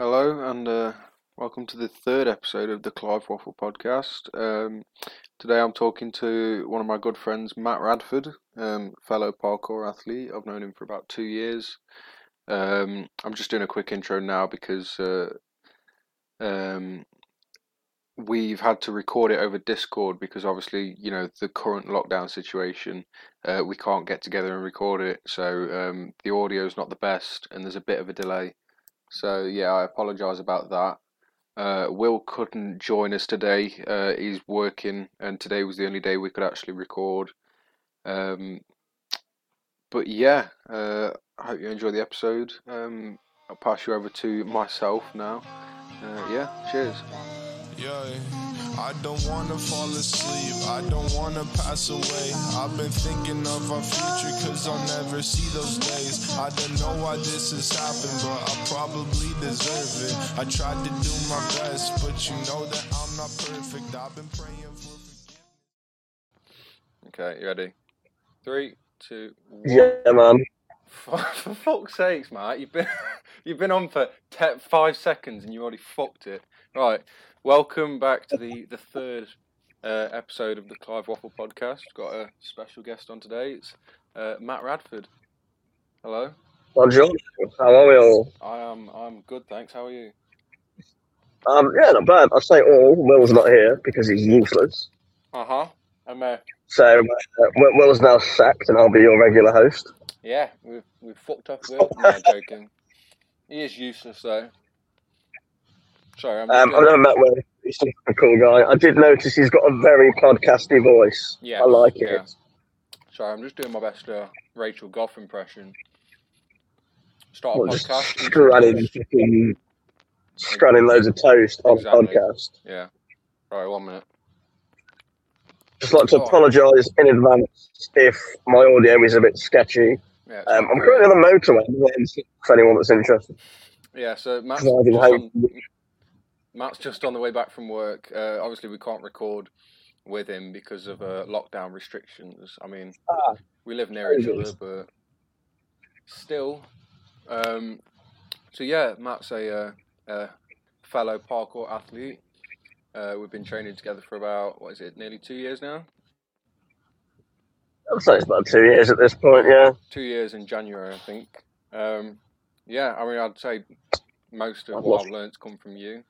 Hello, and uh, welcome to the third episode of the Clive Waffle podcast. Um, today I'm talking to one of my good friends, Matt Radford, um, fellow parkour athlete. I've known him for about two years. Um, I'm just doing a quick intro now because uh, um, we've had to record it over Discord because obviously, you know, the current lockdown situation, uh, we can't get together and record it. So um, the audio is not the best and there's a bit of a delay. So yeah, I apologise about that. Uh, Will couldn't join us today. Uh, he's working, and today was the only day we could actually record. Um, but yeah, uh, I hope you enjoy the episode. Um, I'll pass you over to myself now. Uh, yeah, cheers. Yeah, I don't wanna fall asleep, I don't wanna pass away. I've been thinking of our future, cause I'll never see those days. I don't know why this has happened, but I probably deserve it. I tried to do my best, but you know that I'm not perfect. I've been praying for forgiveness. Okay, you ready? Three, two, one. Yeah, man. For, for fuck's sakes, mate! You've been you've been on for te- five seconds and you already fucked it. Right, welcome back to the the third uh, episode of the Clive Waffle podcast. Got a special guest on today. It's uh, Matt Radford. Hello, Bonjour. How are we all? I am I'm good, thanks. How are you? Um, yeah, not bad. I say all. Will's not here because he's useless. Uh huh. I'm uh, So uh, Will- Will's now sacked, and I'll be your regular host. yeah. We've we've fucked up. Will. No, I'm joking. He is useless though. Sorry, I'm. just Um, I've gonna- never met Will. He's such a cool guy. I did notice he's got a very podcasty voice. Yeah, I like it. yeah. Sorry, I'm just doing my best uh, Rachel Goff impression. Start a Well, just podcast. strutting, fucking- strutting loads of toast on Exactly. podcast. Yeah. All right, one minute. Just like to Oh. apologise in advance if my audio is a bit sketchy. Yeah. it's Um, not I'm great. currently on the motorway. For anyone that's interested. Yeah. So Matt's driving just, home. on, Matt's just on the way back from work. Uh, obviously, we can't record with him because of uh, lockdown restrictions. I mean, Ah, we live near each other, Jesus. but still. Um, so yeah, Matt's a, uh, a fellow parkour athlete. Uh, we've been training together for about what is it, nearly two years now. I'd say it's about two years at this point, yeah. two years in January, I think. Um, yeah, I mean, I'd say most of I'd what love I've learnt's come from you,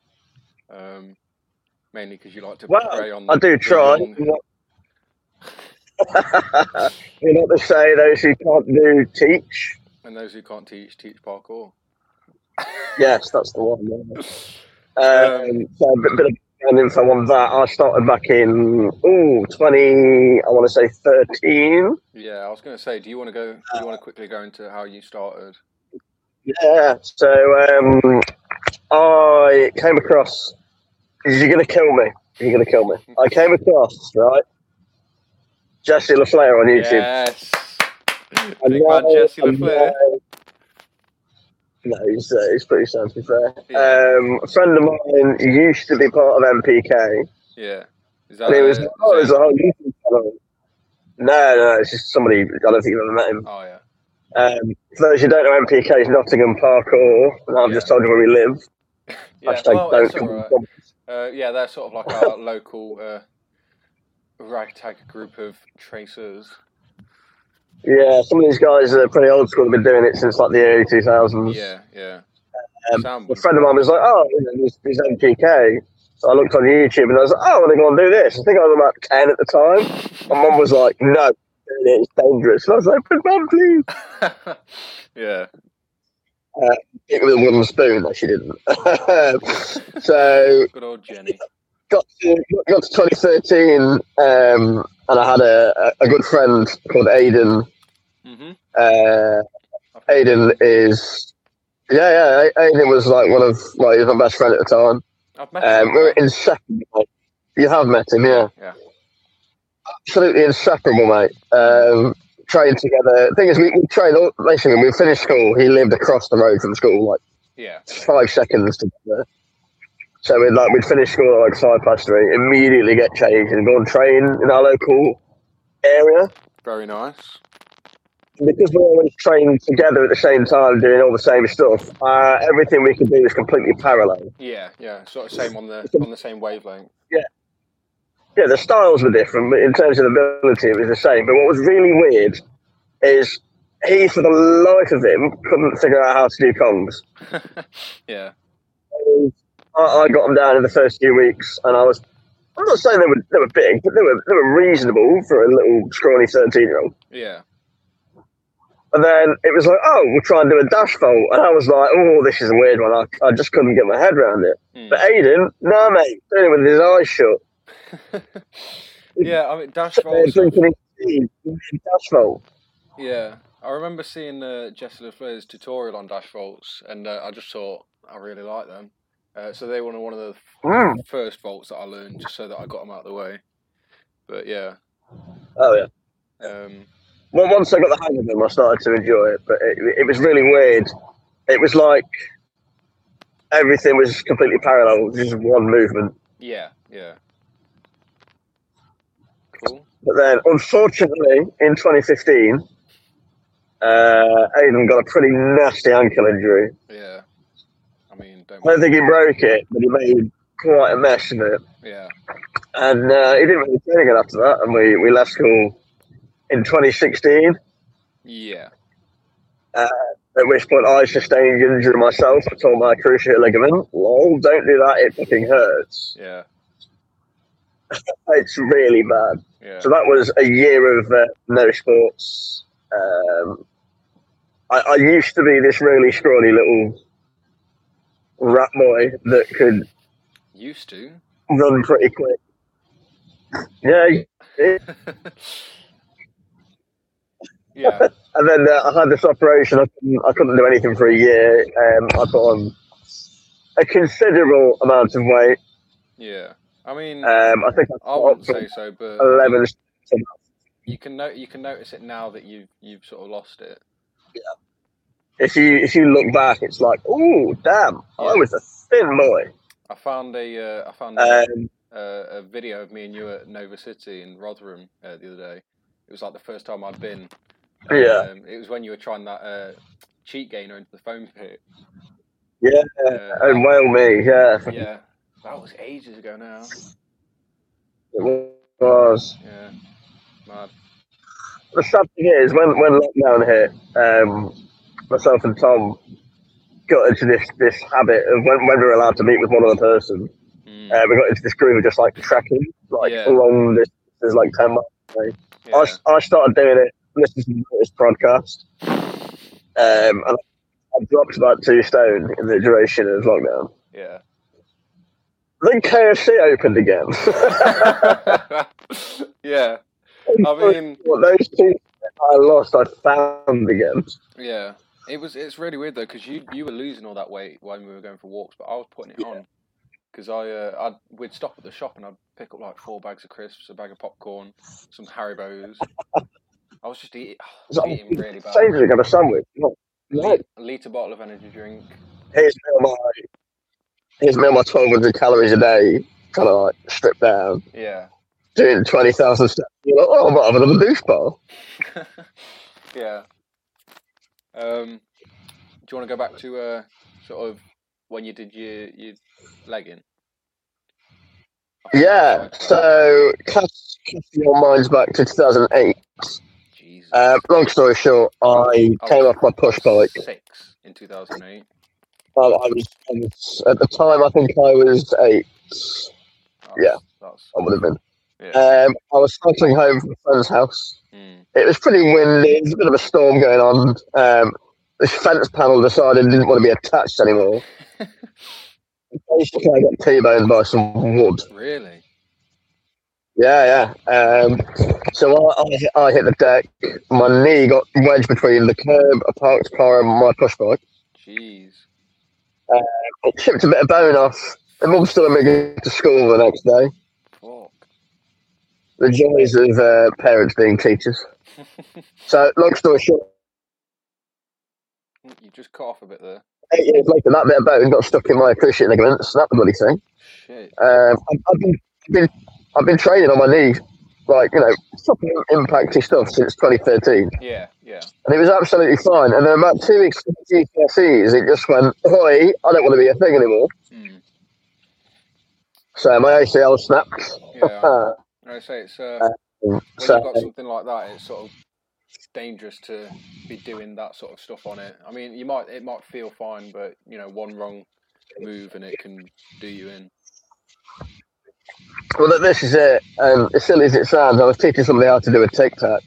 um, mainly because you like to Well, portray on. I do the try. wrong- You're not You're not to say those who can't do teach. and those who can't teach teach parkour. Yes, that's the one. yeah. Um, Um, so a bit, bit of background info on that. I started back in ooh, 20, I want to say 13. Yeah, I was going to say, do you want to go? Do you want to quickly go into how you started? Yeah, so um, I came across. You're going to kill me. You're going to kill me. I came across, right? Jesse LaFleur on YouTube. Yes, I big know, man Jesse I LaFleur. know. No, he's, uh, he's pretty sound, to be fair. Yeah. Um, a friend of mine used to be part of MPK, Yeah, is that? and he was, uh, oh, is there's a it- whole YouTube channel. No, no, it's just somebody, I don't think you've ever met him. oh yeah, Um, for those who don't know, MPK is Nottingham Parkour, and I've Yeah. just told you where we live. yeah. Hashtag well, don't it's all come right. from- Uh, yeah, they're sort of like our local uh, ragtag group of tracers. Yeah, some of these guys are pretty old school, they've been doing it since like the early 2000s. Yeah, yeah. Um, Sound a friend of mine was like, oh, you know, he's, he's MPK. So I looked on YouTube and I was like, oh, I want to go and do this. I think I was about 10 at the time. My mum was like, no, it's dangerous. And I was like, but mum, please. was- yeah, It was a wooden spoon. No, she didn't. so good old Jenny. got to, got to 2013 um, and I had a, a a good friend called Aiden. Mm-hmm. Uh, Aiden is, yeah, yeah, A- Aiden was like one of, well, he was my best friend at the time. I've met Um, we her. were inseparable. You have met him, yeah. Yeah. Absolutely inseparable, mate. Um, trained together. Thing is, we, we trained all, basically when we finished school. He lived across the road from school, like Yeah, five seconds together. So we'd like we'd finish school at like five past three, immediately get changed and go and train in our local area. very nice. because we're always trained together at the same time, doing all the same stuff, uh, everything we can do is completely parallel. Yeah, yeah, sort of same on the on the same wavelength. Yeah, the styles were different, but in terms of ability, it was the same. But what was really weird is he, for the life of him, couldn't figure out how to do congs. yeah, I, I got them down in the first few weeks, and I was. I'm not saying they were they were big, but they were they were reasonable for a little scrawny thirteen year old. yeah, And then it was like, oh, we'll try and do a dash fold, and I was like, oh, this is a weird one. I, I just couldn't get my head around it. Hmm. But Aiden, no mate, doing it with his eyes shut, yeah. I mean, dash sitting there rolls. drinking his tea, doing dash fold. Yeah, I remember seeing uh, Jesse LeFleur's tutorial on dash vaults, and uh, I just thought I really like them. Uh, so they were one of the Mm. f- first vaults that I learned, just so that I got them out of the way. But yeah, Oh yeah. um, Well, once I got the hang of them, I started to enjoy it, but it, it was really weird. It was like everything was completely parallel, just one movement. yeah, yeah. Cool. But then, unfortunately, in 2015, uh, Aiden got a pretty nasty ankle injury. Yeah. I mean, don't. I don't think he broke it, but he made quite a mess of it. Yeah. And uh, he didn't really train again after that, and we, we left school in 2016, Yeah. at which point I sustained injury myself. I tore my cruciate ligament. Lol, don't do that, it fucking hurts. Yeah. It's really bad. Yeah. So that was a year of uh, no sports. Um, I, I used to be this really scrawny little rat boy that could Used to. run pretty quick. Yeah, it- yeah. and then uh, I had this operation. I couldn't, I couldn't do anything for a year. Um, I put on a considerable amount of weight. Yeah. I mean, Um, I think I I put on wouldn't say so, but eleven. you can no- you can notice it now that you've you've sort of lost it. If you if you look back, it's like, oh damn, I was a thin boy. I found a uh, I found a, Um, a, a video of me and you at Nova City in Rotherham uh, the other day. It was like the first time I'd been. and, Yeah. Um, it was when you were trying that uh, cheat gainer into the foam pit. Yeah, Uh, And well, me, yeah, that- yeah. That was ages ago now. it was. Yeah. Mad. The sad thing is, when, when lockdown hit, um, myself and Tom got into this, this habit of when, when we were allowed to meet with one other person, Mm, uh, we got into this groove of just like trekking, like Yeah. long distances, like 10 miles. I, s- I started doing it, listening to this podcast, um, and I dropped about two stone in the duration of lockdown. yeah. Then KFC opened again. Yeah. yeah. I mean, Well, those two I lost, I found again. Yeah, it was. It's really weird though, because you you were losing all that weight when we were going for walks, but I was putting it on because I uh, I we'd stop at the shop and I'd pick up like four bags of crisps, a bag of popcorn, some Haribo's. I was just eating, So I'm eating really bad. Sainsbury's got a sandwich. Look, Lit- liter bottle of energy drink. Here's me on my here's me on my twelve hundred calories a day, kind of like stripped down, Yeah, doing twenty thousand steps. You're like, oh, I might have another boost bar. yeah. Um, do you want to go back to uh sort of when you did your your legging? I think that's Yeah. right. So cast, cast your minds back to two thousand eight. Jesus. Uh, long story short, I came off my push bike. Six in 2008. Um, I was, I was at the time, I think I was eight. That's, Yeah. That's, I would have been. yeah. Um, I was cycling home from a friend's house. mm, It was pretty windy. There was a bit of a storm going on. Um, this fence panel decided it didn't want to be attached anymore. Basically, I got T-boned by some wood. really? Yeah, yeah. Um, so I, I, I hit the deck. My knee got wedged between the curb, a parked car, and my push bike. Jeez. It chipped a bit of bone off. My mum still made me to school the next day. Fuck. The joys of uh, parents being teachers. So, long story short, You just cut off a bit there. eight years later, that bit of bone got stuck in my cruciate ligaments. That bloody thing. Shit. Um, I've, I've been, been I've been training on my knee like you know fucking impacty stuff since 2013, Yeah, yeah. and it was absolutely fine. And then about two weeks into GCSEs, it just went, "Oi, I don't want to be a thing anymore." Mm. So my ACL snapped. Yeah. Uh, I say it's uh, when so you've got something like that, it's sort of dangerous to be doing that sort of stuff on it. I mean, you might it might feel fine, but you know, one wrong move and it can do you in. Well, look, this is it. Um, as silly as it sounds, I was teaching somebody how to do a TikTok.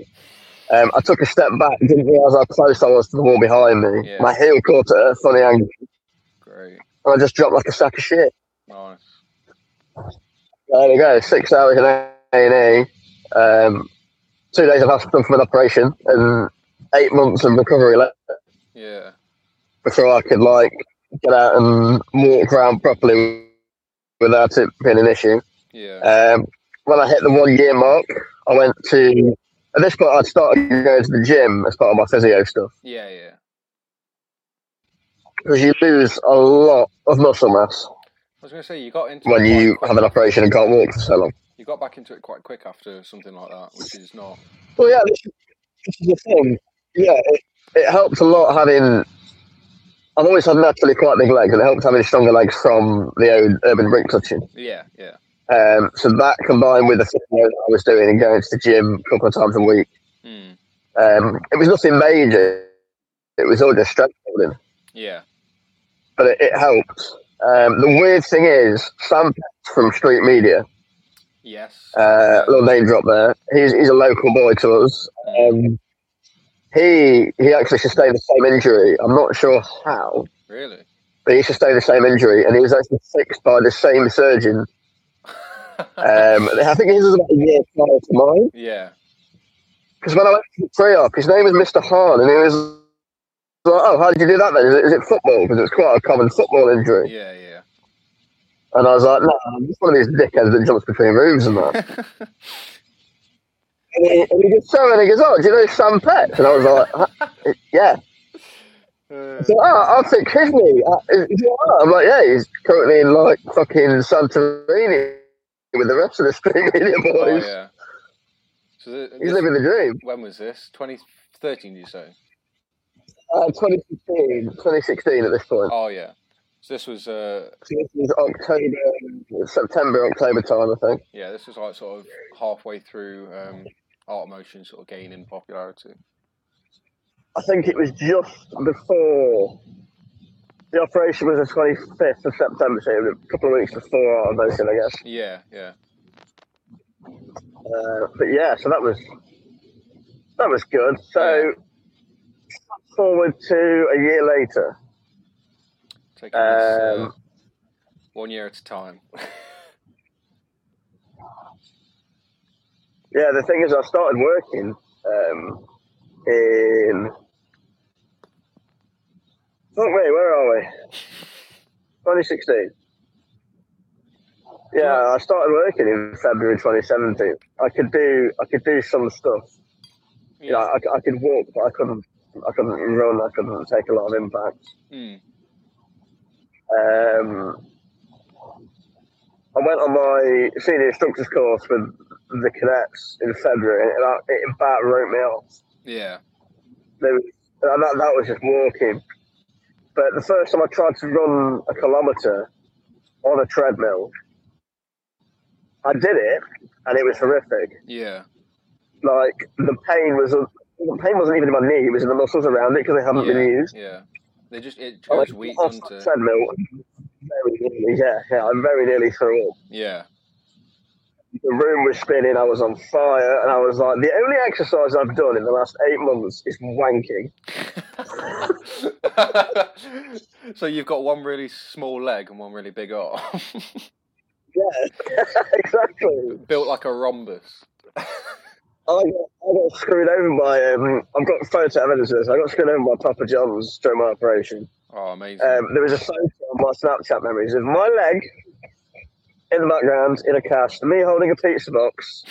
Um, I took a step back, didn't realise how close I was to the wall behind me. Yeah. My heel caught at a funny angle, Great, and I just dropped like a sack of shit. nice. There we go. Six hours in A and E, um, two days of hospital from an operation, and eight months of recovery left Yeah, before I could like get out and walk around properly without it being an issue. yeah, Um, when I hit the one year mark, I went to. At this point, I'd started going to the gym as part of my physio stuff yeah, yeah. because you lose a lot of muscle mass I was gonna say you got into it when quite you quick have an after- operation and can't walk for so long. You got back into it quite quick after something like that, which is not. Well, yeah, this, this is the thing. Yeah, it, it helps a lot having. I've always had naturally quite big legs, and it helps having stronger legs from the old urban brick touching. Yeah, yeah, Um, so that combined with the physio that I was doing and going to the gym a couple of times a week, mm. um, it was nothing major. It was all just strength building. yeah, but it, it helps. Um, the weird thing is, Sam Petz from Street Media, yes. uh, little name drop there. He's, he's a local boy to us. Hmm. Um, he he actually sustained the same injury. I'm not sure how, really? but he sustained the same injury, and he was actually fixed by the same surgeon. Um, I think his was about a year prior to mine. yeah, Because when I went to the pre-op, his name was Mr. Hahn, and he was like, "Oh, how did you do that then? Is it, is it football? Because it's quite a common football injury." yeah, yeah. And I was like, no, I'm just one of these dickheads that jumps between rooms and that. and, he, and he goes, so, and he goes, oh, do you know Sam Pet? And I was like, "Huh? yeah. Uh, He said, oh, I'll take his knee. Uh, is- is he all right?" I'm like, yeah, he's currently in like fucking Santorini with the rest of the street media boys. oh yeah. So th- He's this- living the dream. when was this? 2013, you say? Uh, 2015, 2016 at this point. Oh yeah. So this was uh So this is October, September, October time, I think. yeah this was like sort of halfway through um, art motion sort of gaining popularity. I think it was just before the operation was the 25th of September, so it was a couple of weeks before our motion, I guess. Yeah, yeah, Uh, but yeah, so that was that was good. So fast forward to a year later. taking this uh, Um, one year at a time. Yeah, the thing is, I started working um, in. Fuck me, where are we? 2016. Yeah, I started working in February 2017. I could do I could do some stuff. You know, yeah. I, I could walk, but I couldn't I couldn't run. I couldn't take a lot of impact. Mm, Um, I went on my senior instructor's course with the cadets in February, and I, it about wrote me off. yeah. There was, and that, that was just walking. But the first time I tried to run a kilometre on a treadmill, I did it, and it was horrific. Yeah. Like the pain was, the pain wasn't even in my knee; it was in the muscles around it because they haven't been Yeah. used. yeah. They just it I goes went weak off doesn't the it? treadmill. Very nearly, yeah, yeah, I very nearly threw up. Yeah. the room was spinning. I was on fire, and I was like, the only exercise I've done in the last eight months is wanking. so you've got one really small leg and one really big arm, Yeah, exactly. built like a rhombus. I got, I got screwed over by. Um, I've got photo evidence of this. I got screwed over by Papa John's during my operation. Oh, amazing! Um, there was a photo on my Snapchat memories of my leg in the background in a cast, me holding a pizza box.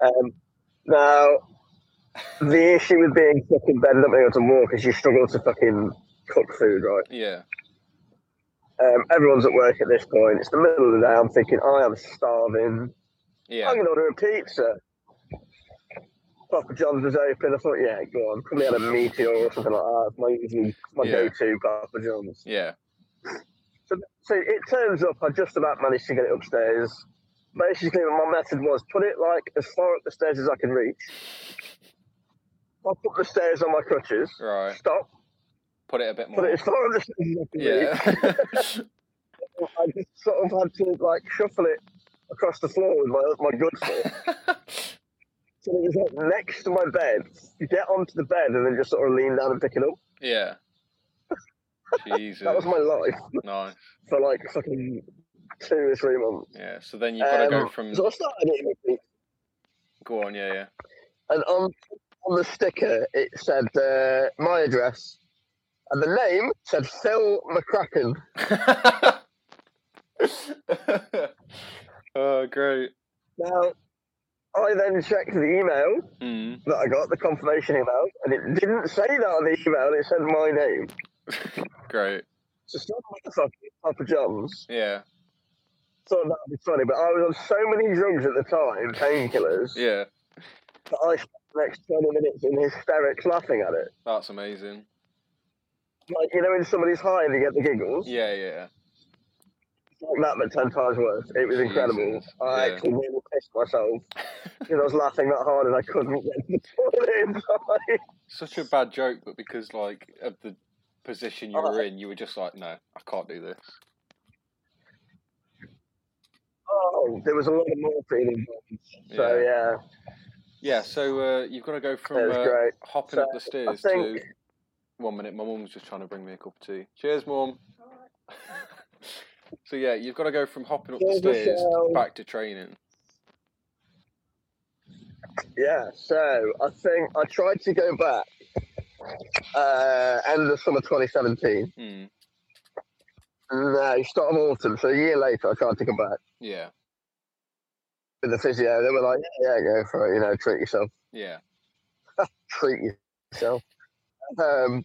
Um, now, the issue with being fucking bed and not being able to walk is you struggle to fucking cook food, right? yeah. Um, everyone's at work at this point. It's the middle of the day. I'm thinking, I am starving. I'm Yeah. gonna order a pizza. Papa John's was open. I thought, yeah, go on. Probably had a meteor or something like that. It's My usually my Yeah. go-to Papa John's. Yeah. So, so it turns up. I just about managed to get it upstairs. Basically, my method was put it like as far up the stairs as I can reach. I put the stairs on my crutches. Right. Stop. Put it a bit Put it more. as far up the stairs as I can Yeah. reach. I just sort of had to like shuffle it across the floor with my my good foot. So it was like next to my bed. You get onto the bed and then just sort of lean down and pick it up. yeah. Jesus. That was my life nice. for like fucking two or three months. Yeah. So then you've got to go Um, from. So I started eating my pizza, Go on. Yeah. Yeah. and on on the sticker it said uh, my address, and the name said Phil McCracken. oh, great. Now. I then checked the email Mm. that I got, the confirmation email, and it didn't say that on the email. It said my name. Great. So stop myself, Papa John's. Yeah. thought that'd be funny, but I was on so many drugs at the time, painkillers, Yeah. that I spent the next 20 minutes in hysterics laughing at it. That's amazing. Like, you know, when somebody's high and you get the giggles, Yeah. Yeah. it's like that, but 10 times worse. It was incredible. Jesus, I yeah. actually nearly pissed myself because I was laughing that hard and I couldn't get to the toilet in time. Such a bad joke, but because like of the position you Oh. were in, you were just like, no, I can't do this. Oh, there was a lot of morphine involved. So, Yeah. yeah, Yeah. So uh, you've got to go it from was uh, great. hopping So, up the stairs think- to one minute. My mum was just trying to bring me a cup of tea. Cheers, mum. so yeah, you've got to go from hopping up the Cheers, stairs Michelle. back to training. Yeah, so I think I tried to go back uh, end of summer 2017. Mm. No, start of autumn. So a year later, I tried to come back Yeah. with the physio. They were like, "Yeah, yeah, go for it. You know, treat yourself. Yeah. Treat yourself." Um,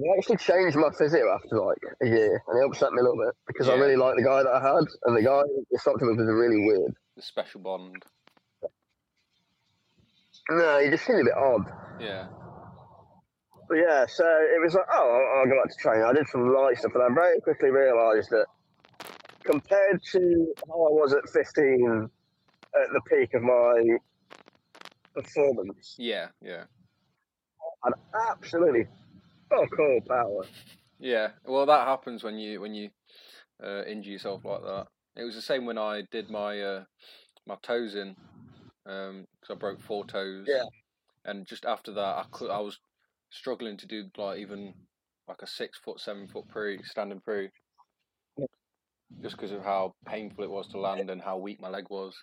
I actually changed my physio after like a year, and it upset me a little bit because I Yeah. really liked the guy that I had, and the guy that stopped him was really weird. The special bond. No, he just seemed a bit odd. Yeah. But yeah, so it was like, oh, I'll, I'll go back to training. I did some light stuff, and I very quickly realised that compared to how I was at 15, at the peak of my performance, Yeah. Yeah. I had absolutely fuck all power. Yeah, well, that happens when you when you uh, injure yourself like that. It was the same when I did my uh, my toes in because I broke four toes. Yeah. and just after that, I could I was struggling to do like even like a six foot, seven foot pre standing pre, Yeah. just because of how painful it was to land and how weak my leg was.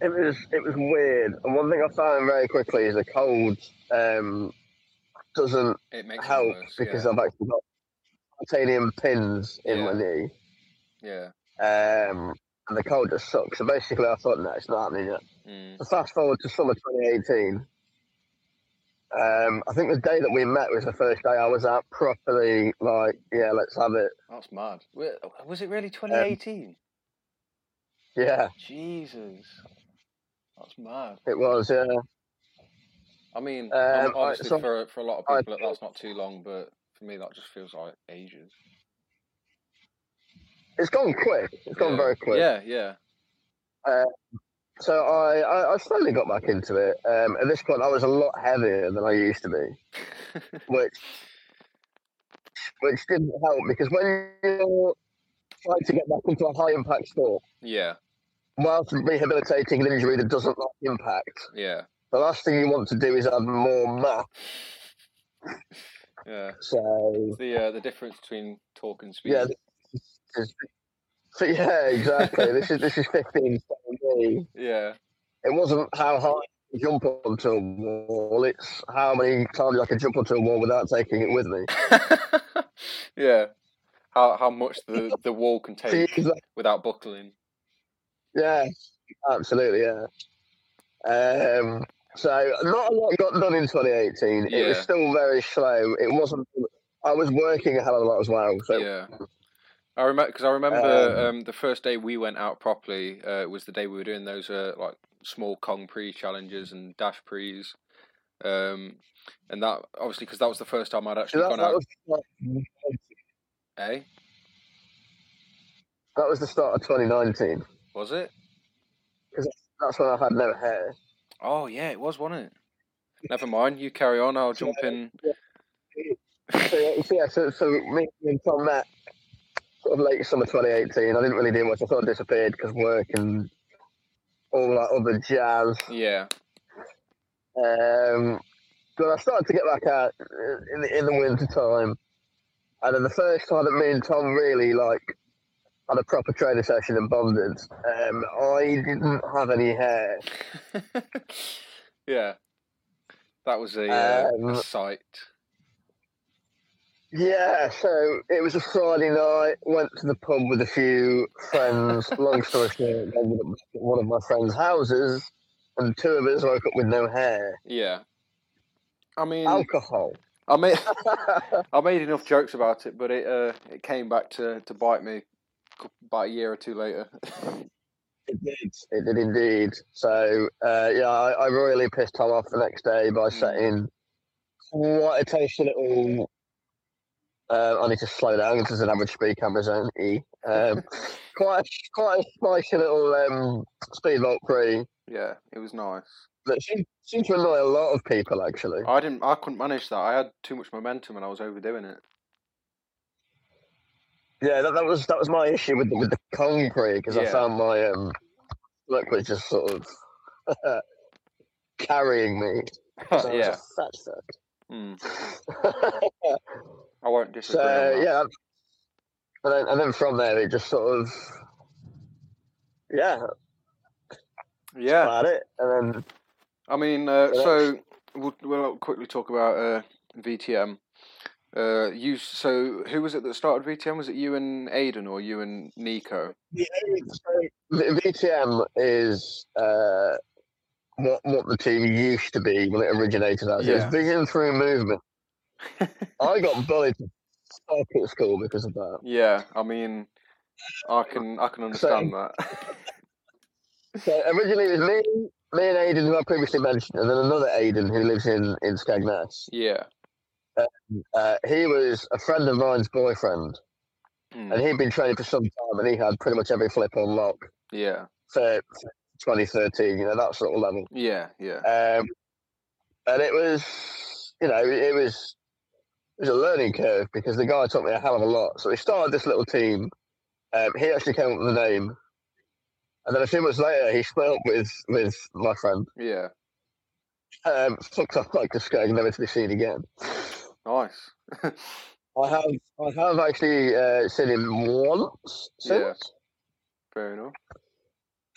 It was it was weird. And one thing I found very quickly is the cold um, doesn't It makes it help worse. because yeah. I've actually got titanium pins in my Yeah. knee. yeah, Um, and the cold just sucks. So basically, I thought, no, it's not happening yet. mm, So fast forward to summer 2018. Um, I think the day that we met was the first day I was out properly like, yeah, let's have it. that's mad. Wa- Was it Um, really 2018? Yeah, Jesus, that's mad. it was. Yeah, I mean, Um, ob- I- obviously some- for for a lot of I- people, that's not too long, but for me, that just feels like ages. it's gone quick. It's gone Yeah. very quick. Yeah, yeah, So I, I, I slowly got back into it. Um, at this point, I was a lot heavier than I used to be, which which didn't help because when you're trying to get back into a high impact sport, yeah, whilst rehabilitating an injury that doesn't like impact, yeah, the last thing you want to do is add more mass. yeah. So The uh, the difference between talk and speed. yeah, this is, so yeah, exactly. this is this is fifteen seventy. yeah, It wasn't how high I can jump onto a wall. It's how many times I can jump onto a wall without taking it with me. yeah. How how much the the wall can See, take it's like- without buckling? yeah, absolutely. Yeah. Um. So not a lot got done in 2018. It was Yeah. still very slow. It wasn't. I was working a hell of a lot as well. So yeah. I remember because I remember um, the first day we went out properly uh, was the day we were doing those uh, like small Kong pre challenges and dash pre's, um, and that obviously because that was the first time I'd So actually that, gone that, out. was, that eh? was the start of 2019. Was it? That's when I had no hair. Oh yeah, it was, wasn't it? Never mind. You carry on. I'll jump in. So, yeah, so, yeah, so, so me and Tom met sort of late summer 2018. I didn't really do much. I sort of disappeared because work and all that other jazz. Yeah. Um, but I started to get back out uh, in the, in the winter time, and then the first time that me and Tom really like had a proper training session and bonded, um, I didn't have any hair. yeah. That was a, uh, a Um, sight. Yeah, so it was a Friday night. Went to the pub with a few friends. Long story short, ended up at one of my friends' houses, and two of us woke up with no hair. Yeah. I mean, Alcohol. I made I made enough jokes about it, but it uh, it came back to, to bite me cou- about a year or two later. It did. It did indeed. So uh, yeah, I, I really pissed Tom off the next day by Mm. setting quite a tasty little. Uh, I need to slow down because there's an average speed camera's on E. Um, quite a, quite a spicy little um, speed vault pre yeah, it was nice. that seemed, seemed to annoy a lot of people actually. I didn't. I couldn't manage that. I had too much momentum and I was overdoing it. Yeah, that, that was that was my issue with the, with the Kong pre because I Yeah. found my um, look was just sort of carrying me. So I was a yeah. fat fuck. Mm, so I won't disagree. on that. yeah, and then, and then from there it just sort of yeah, Yeah. about it, and then I mean, uh, So so we'll, we'll quickly talk about uh, VTM. Uh, you so who was it that started VTM? Was it you and Aiden or you and Nico? V- VTM is uh, what what the team used to be when it originated as. It Yeah. was vision through movement. I got bullied to fuck at school because of that. Yeah, I mean, I can I can understand that. So originally it was me. Me and Aiden, who I previously mentioned, and then another Aiden who lives in, in Skagnats. yeah, Uh, he was a friend of mine's boyfriend. Mm, and he'd been training for some time, and he had pretty much every flip on lock yeah, for 2013. You know that sort of level. yeah, yeah, Um, and it was, you know, it was it was a learning curve because the guy taught me a hell of a lot. So we started this little team. Um, he actually came up with the name, and then a few months later, he split up with with my friend. yeah. Um, fucked off like the skag, never to be seen again. Nice. I have I have actually uh, seen him once since. Yeah. Fair enough.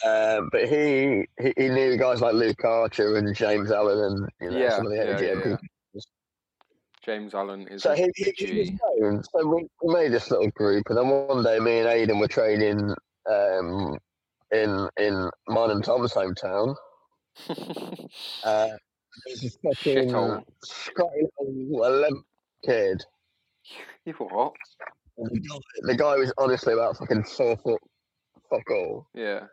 Um, but he, he he knew guys like Luke Archer and James Allen and you know, Yeah, some of the yeah, energy yeah, people. James Allen is So a he, he, he was G. known. So we, we made this little group, and then one day, me and Aidan were training um, in in mine and Tom's hometown. Uh, there's this fucking Shithole. scrawny little eleven kid. You what? And the guy- The guy was honestly about fucking four foot fuck all. Yeah. And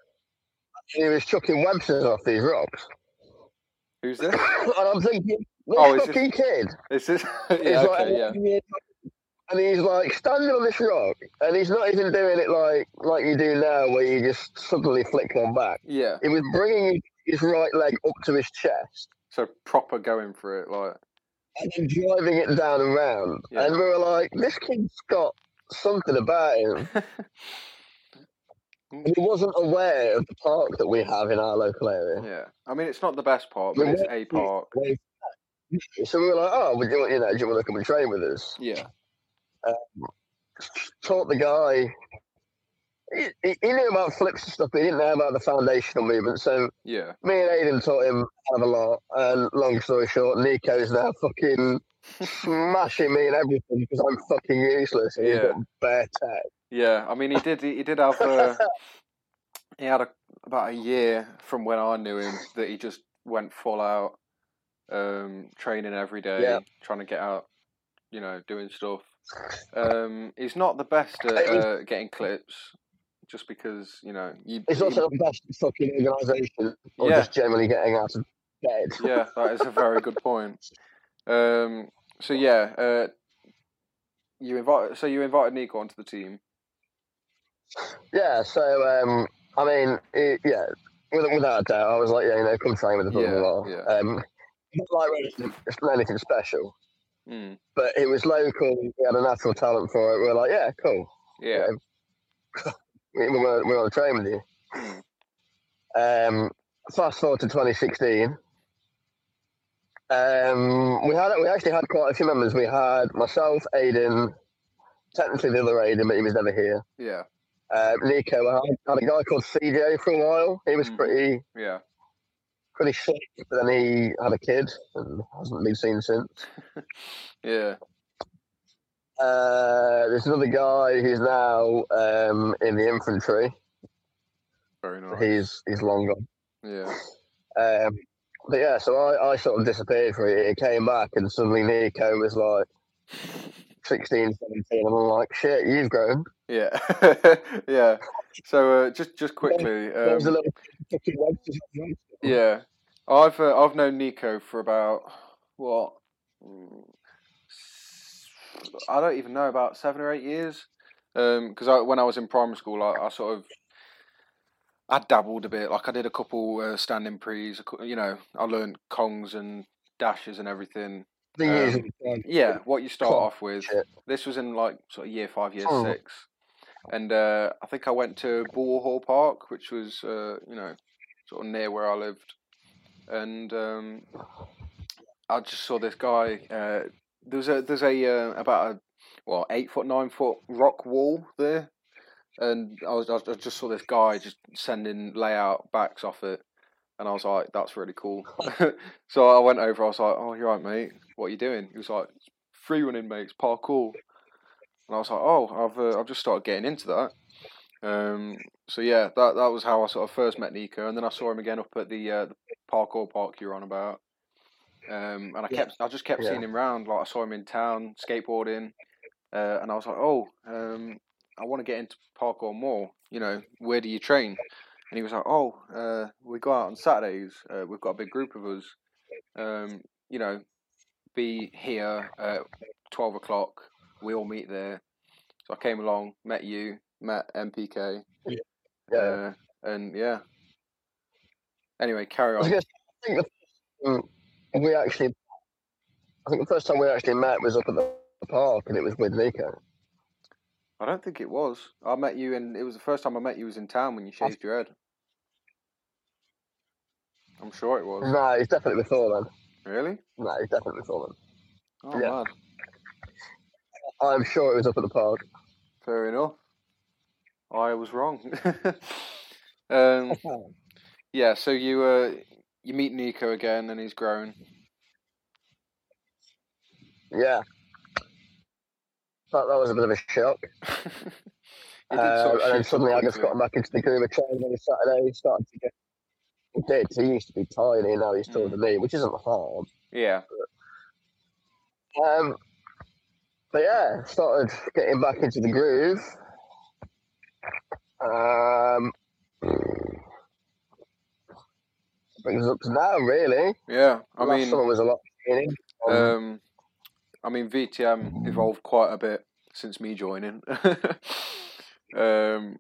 he was chucking websters off these rocks, Who's this? and I'm thinking, this Oh, is this- fucking kid. Is this? He's yeah. like, Okay. Yeah. And he's like standing on this rock, and he's not even doing it like like you do now, where you just suddenly flick one back. Yeah. He was bringing his right leg up to his chest So proper going for it, like. and then driving it down and round. Yeah. And we were like, this kid's got something about him. And he wasn't aware of the park that we have in our local area. Yeah, I mean it's not the best part, but Yeah, it's what- a park. So we were like, oh, would you, want- you know, do you want to come and train with us? Yeah, taught the guy. He, he- he knew about flips and stuff, but he didn't know about the foundational movement. So yeah, me and Aiden taught him kind of a lot. And long story short, Nico's now fucking smashing me and everything because I'm fucking useless. And He's Yeah. got bare tech. yeah. I mean he did. He did have. Uh, he had a, about a year from when I knew him that he just went full out, um, training every day, Yeah. trying to get out, you know, doing stuff. Um, he's not the best at uh, getting clips, just because you know you. It's you- not the best fucking organisation or Yeah. just generally getting out of bed. yeah, that is a very good point. Um, so yeah, uh, you invite. So you invited Nico onto the team. Yeah, so um, I mean, it, yeah, with, without a doubt, I was like, yeah, you know, come train with us. blah, Yeah, blah, blah. yeah. Um, not like anything, it's not anything special, Mm, but it was local. We had a natural talent for it. We were like, yeah, cool. yeah, We, we, want, we want to train with you. Mm. Um, fast forward to 2016. Um, we had we actually had quite a few members. We had myself, Aiden, technically the other Aiden, but he was never here. yeah, Uh, Nico, I had- had a guy called CJ for a while. He was Mhm. pretty yeah. pretty slick, but then he had a kid and hasn't been seen since. Yeah, Uh, there's another guy who's now um, in the infantry. very nice. He's he's long gone. Yeah, Um, but yeah, so I, I sort of disappeared for it. It came back, and suddenly Nico was like 16, 17. And I'm like, shit, you've Um, grown. yeah, yeah. So uh, just just quickly, There's a um, little fucking wedge. yeah, I've uh, I've known Nico for about what mm, s- I don't even know about seven or eight years. Because I, when I was in primary school, I, I sort of I dabbled a bit. Like I did a couple uh, standing prees. a cou- You know, I learned kongs and dashes and everything. The Um, usual thing. Yeah, what you start Cool. off with. Shit. This was in like sort of year five, year Oh. six, and uh, I think I went to Bullhall Park, which was uh, you know sort of near where I lived, and um, I just saw this guy. Uh, there's a there's a uh, about a well eight foot nine foot rock wall there, and I was I was- I just saw this guy just sending layout backs off it. And I was like, "That's really cool." so I went over. I was like, "Oh, you're right, mate. What are you doing?" He was like, free running mates, parkour. And I was like, oh, I've uh, I've just started getting into that. Um, so yeah, that that was how I sort of first met Nico, and then I saw him again up at the, uh, the parkour park you were on about. Um, and I Yeah. kept I just kept Yeah. seeing him round. Like I saw him in town skateboarding, uh, and I was like, oh, um, I want to get into parkour more. You know, where do you train? And he was like, oh, uh, we go out on Saturdays. Uh, we've got a big group of us. Um, you know, be here at 12 o'clock. We all meet there. So I came along, met you, met MPK. Yeah. Uh, and yeah. Anyway, carry I was on. gonna say, I think the first time we actually, I think the first time we actually met was up at the park, and it was with Nico. I don't think it was. I met you, and it was the first time I met you was in town when you shaved your head. I'm sure it was. No, it's definitely before then. Really? No, it's definitely before Oh, Yeah. man. then. I'm sure it was up at the park. Fair enough. I was wrong. um, yeah, so you uh, you meet Nico again, and he's grown. Yeah, that, that was a bit of a shock. It did Uh, sort of and then shoot up suddenly, I just quickly. got back into the groove of training on a Saturday. Started to get. He did. He used to be tiny. Now Mm. he's taller than me, which isn't hard. Yeah, Um, but yeah, started getting back into the groove. Um, brings us up to now, really. yeah. I Last mean, summer was a lot. Really. Um, um, I mean, VTM evolved quite a bit since me joining. um,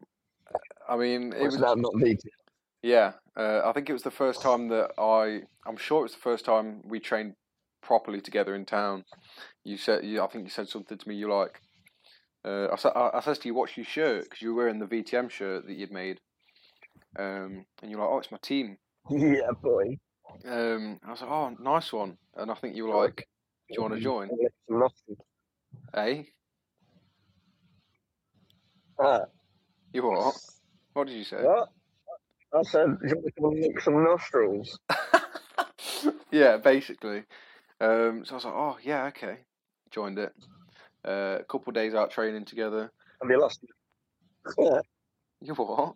I mean, it it's was now not VT. yeah. Uh, I think it was the first time that I. I'm sure it was the first time we trained properly together in town. You said, you, I think you said something to me. You like, uh, I sa I, I says to you, "What's your shirt?" Because you were wearing the VTM shirt that you'd made. Um, and you're like, "Oh, it's my team." Yeah, boy. Um, I was like, "Oh, nice one!" And I think you were Oh, like, "Do you want to join?" Nothing. Eh? Ah, You what? What did you say? what? I said, uh, do you want to come and lick some nostrils? yeah, basically. Um, so I was like, "Oh, yeah, okay." Joined it. Uh, a couple days out training together. Have you lost? Yeah, You what?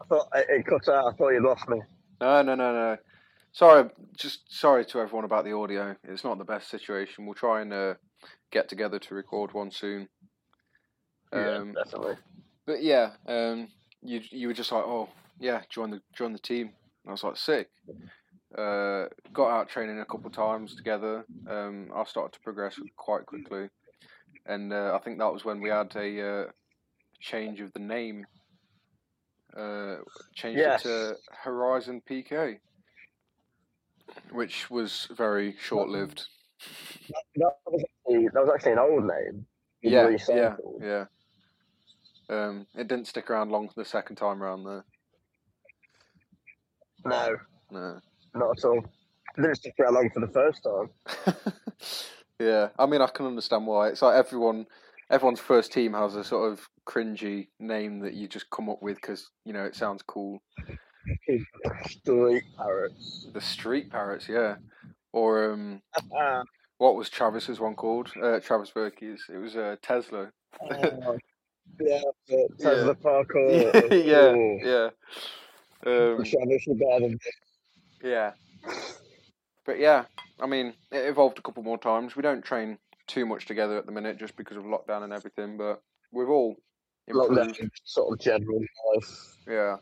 I thought it, it cut out. I thought you'd lost me. No, no, no, no. Sorry, just sorry to everyone about the audio. It's not the best situation. We'll try and uh, get together to record one soon. Um, yeah, definitely. But yeah, um, you you were just like, oh yeah, join the join the team. And I was like, sick. Uh, got out training a couple times together. Um, I started to progress quite quickly, and uh, I think that was when we had a uh, change of the name. Uh, changed Yes. it to Horizon PK, which was very short lived. That was, actually, that was actually an old name. It Yeah, was yeah, recycled. yeah. Um, it didn't stick around long the second time round though. No, No. not at all. Didn't stick around long for the first time. yeah, I mean, I can understand why. It's like everyone, everyone's first team has a sort of cringy name that you just come up with because you know it sounds cool. Street parrots. The Street Parrots, yeah, or um, Ah, what was Travis's one called? Uh, Travis Berkey's. It was uh, Tesla. oh. yeah, but Yeah. Tesla parkour. yeah, Ooh. yeah. Um, Travis was better than Yeah. But yeah, I mean, it evolved a couple more times. We don't train too much together at the minute just because of lockdown and everything, but we've all improved. lockdown, sort of general life. Yeah.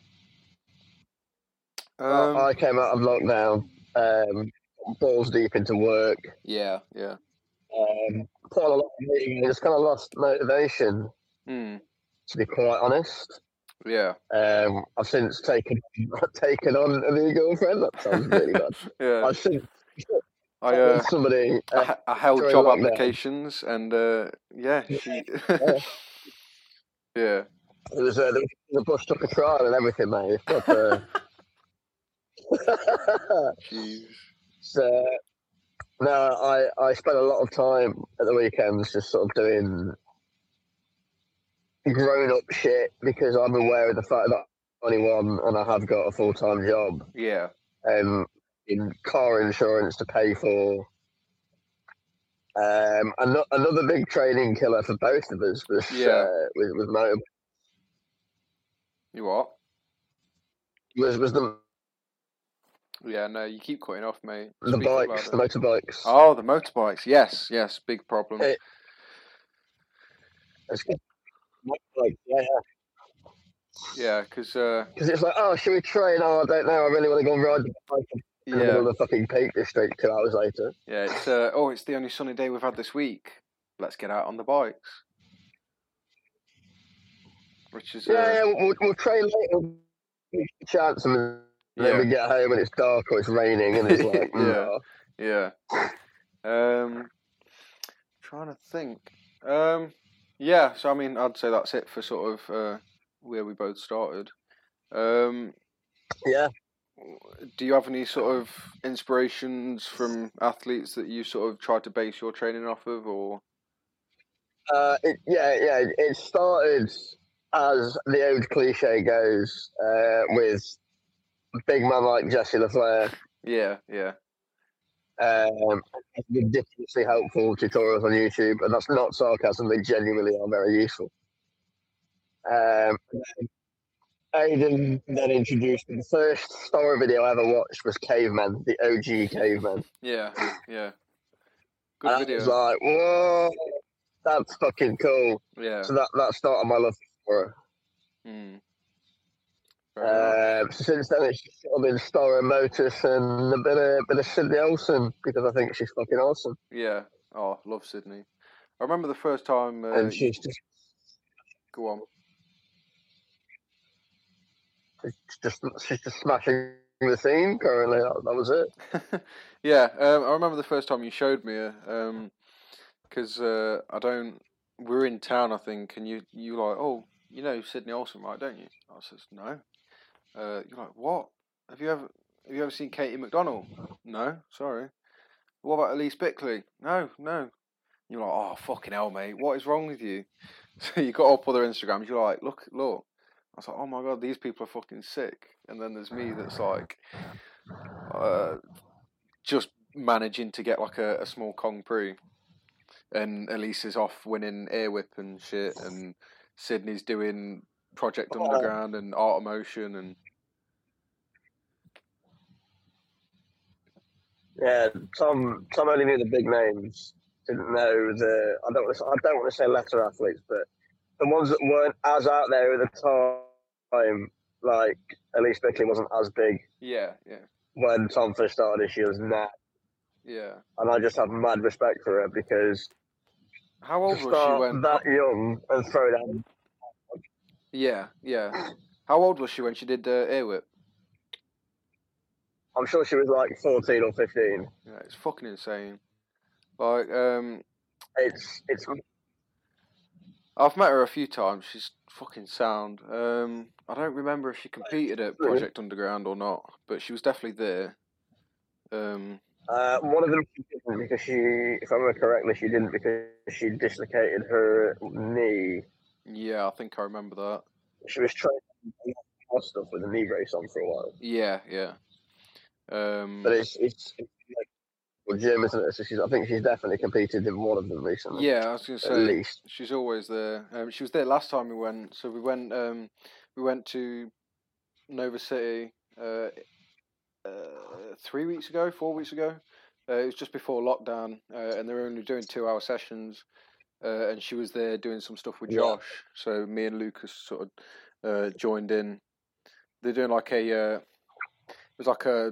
I- Um, I came out of lockdown, um, balls deep into work, yeah, yeah. um, quite a lot of meetings. It's kind of lost motivation, Mm, to be quite honest. yeah. Um, I've since taken taken on a new girlfriend. That sounds really bad. Yeah. I've since I, uh, somebody. I, Uh, h- I held during job lockdown. applications and uh, yeah, she. yeah. it was uh, the bus took a trial and everything, mate. It's not, uh, She's. So no, I I spent a lot of time at the weekends just sort of doing grown up shit because I'm aware of the fact that I'm 21 and I have got a full time job Yeah. um, in car insurance to pay for. Um, ano- another big training killer for both of us was Yeah. uh, was, was, motor- You what? was was the Yeah, no, you keep cutting off, mate. the Speak up bikes, the louder. motorbikes. Oh, the motorbikes. Yes, yes, big problem. Hey. It's good. Motorbike, yeah, Yeah, because uh, Because it's like, oh, should we train? Oh, I don't know. I really want to go and ride the bike in the middle yeah, of the fucking Peak District two hours later. yeah, it's uh, oh, it's the only sunny day we've had this week. Let's get out on the bikes, which is Yeah, uh, yeah, we'll, we'll train later. Give it a Chance and then Yeah. we get home and it's dark or it's raining and it's like, mm. Yeah. nah. yeah. Um, trying to think. Um, yeah. So I mean, I'd say that's it for sort of uh, where we both started. Um, yeah. do you have any sort of inspirations from athletes that you sort of try to base your training off of, or Uh, it, yeah, yeah. It started as the old cliche goes uh, with a big man like Jesse LaFleur. yeah, yeah, Um, ridiculously helpful tutorials on YouTube, and that's not sarcasm. They genuinely are very useful. Um, Aiden then introduced me. The first story video I ever watched was Caveman, the OG Caveman. yeah, yeah. Good and I was video. like, whoa, that's fucking cool. Yeah. So that, that started my love for Mm. Fair enough. her. Um, so since then, it's just sort of been Stora Motus and a bit of, bit of Sydney Olsen because I think she's fucking awesome. yeah. Oh, love Sydney. I remember the first time. Uh, and she's just Go on. It's just she's just smashing the scene currently. That, that was it. yeah, um, I remember the first time you showed me her, because uh, I don't. we We're in town, I think, and you you were like, oh, you know Sydney Olsen, right? Don't you? I says no. Uh, you're like, what? Have you ever have you ever seen Katie McDonald? No, sorry. What about Elise Bickley? No, no. You're like, oh fucking hell, mate, what is wrong with you? So you got up all their Instagrams. You're like, look, look. I was like, oh my god, these people are fucking sick. And then there's me that's like, uh, just managing to get like a, a small Kong Prix. And Elise is off winning Airwhip and shit, and Sydney's doing Project Oh. Underground and Art of Motion, and Yeah, Tom Tom only knew the big names. didn't know the. I don't want to. I don't want to say lesser athletes, but the ones that weren't as out there at the time, like Elise Bickley wasn't as big Yeah, yeah, when Tom first started as she was now, yeah. and I just have mad respect for her because How to old was she start when? that young and throw down. Yeah, yeah. How old was she when she did uh, air whip? I'm sure she was like 14 or 15. Yeah, it's fucking insane. Like, um, It's it's I've met her a few times. She's fucking sound. Um, I don't remember if she competed at Really? Project Underground or not, but she was definitely there. Um, Uh, one of them she didn't because she, if I remember correctly, she didn't because she dislocated her knee. yeah, I think I remember that. She was training hard stuff with a knee brace on for a while. Yeah, yeah. Um, But it's it's, it's like well, gym, isn't it? So she's, I think she's definitely competed in one of them recently. yeah, I was gonna at say. least. She's always there. Um, she was there last time we went. So we went. Um, we went to Nova City uh, uh, three weeks ago, four weeks ago. Uh, it was just before lockdown, uh, and they were only doing two-hour sessions. Uh, and she was there doing some stuff with Yeah. Josh. So me and Lucas sort of uh, joined in. They're doing like a. Uh, it was like a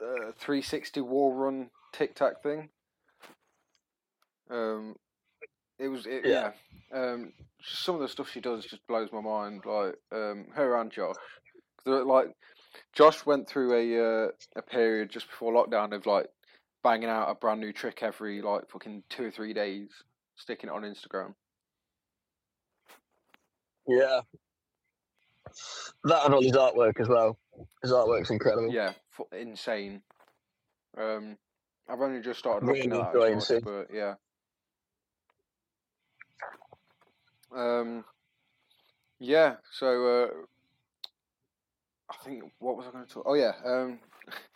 uh, 360 wall run tic tac thing. Um, it was it, yeah. Yeah. Um, some of the stuff she does just blows my mind. Like um, her and Josh, 'Cause they're like Josh went through a uh, a period just before lockdown of like banging out a brand new trick every like fucking two or three days, sticking it on Instagram. Yeah. That and all his artwork as well. His artwork's incredible. Yeah, f- insane. Um, I've only just started Really looking at enjoying that, seeing- but yeah. Um, yeah. So uh, I think what was I going to talk? Oh yeah. Um,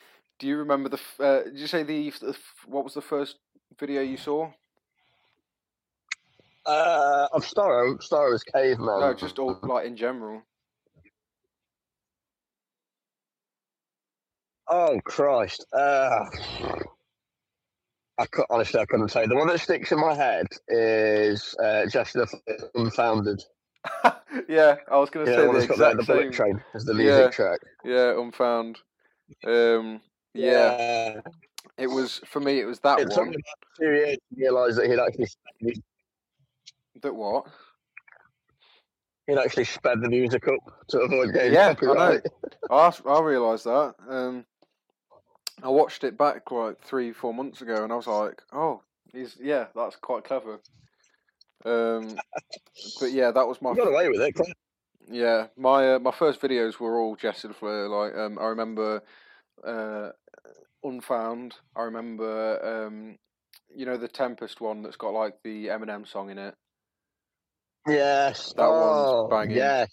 do you remember the? F- uh, did you say the, f- the? f- What was the first video you saw? Uh, of Starro, Starro's caveman. No, just all like in general. Oh Christ! Uh, I cou- honestly I couldn't say. The one that sticks in my head is uh, Jesse the F- Unfounded. yeah, I was going to Yeah, say the one the that's got the, exact the same. bullet train as the Yeah. music track. Yeah, unfound. Um, yeah, it was for me. It was that it took one. me about two years to realise that he'd actually sped the music- That what? he'd actually sped the music up to avoid getting Yeah, I know. copyright. I s- I realised that. Um, I watched it back like three, four months ago, and I was like, "Oh, he's yeah, that's quite clever." Um, but yeah, that was my He got away with it. Clive. yeah, my uh, my first videos were all Jesse the Fleur. Like um, I remember uh, Unfound. I remember um, you know the Tempest one that's got like the Eminem song in it. Yes, That one's oh, banging. Yes,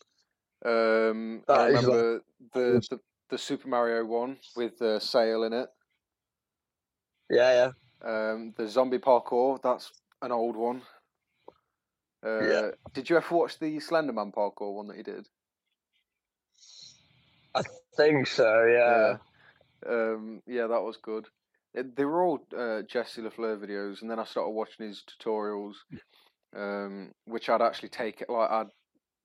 Um, I That is like- remember the, the the Super Mario one with the Sail in it. yeah, yeah. Um, the zombie parkour, that's an old one. Uh, Yeah. Did you ever watch the Slenderman parkour one that he did? I think so. Yeah. Yeah. Um, yeah, that was good. Uh, They were all uh, Jesse LaFleur videos, and then I started watching his tutorials, um, which I'd actually take like I'd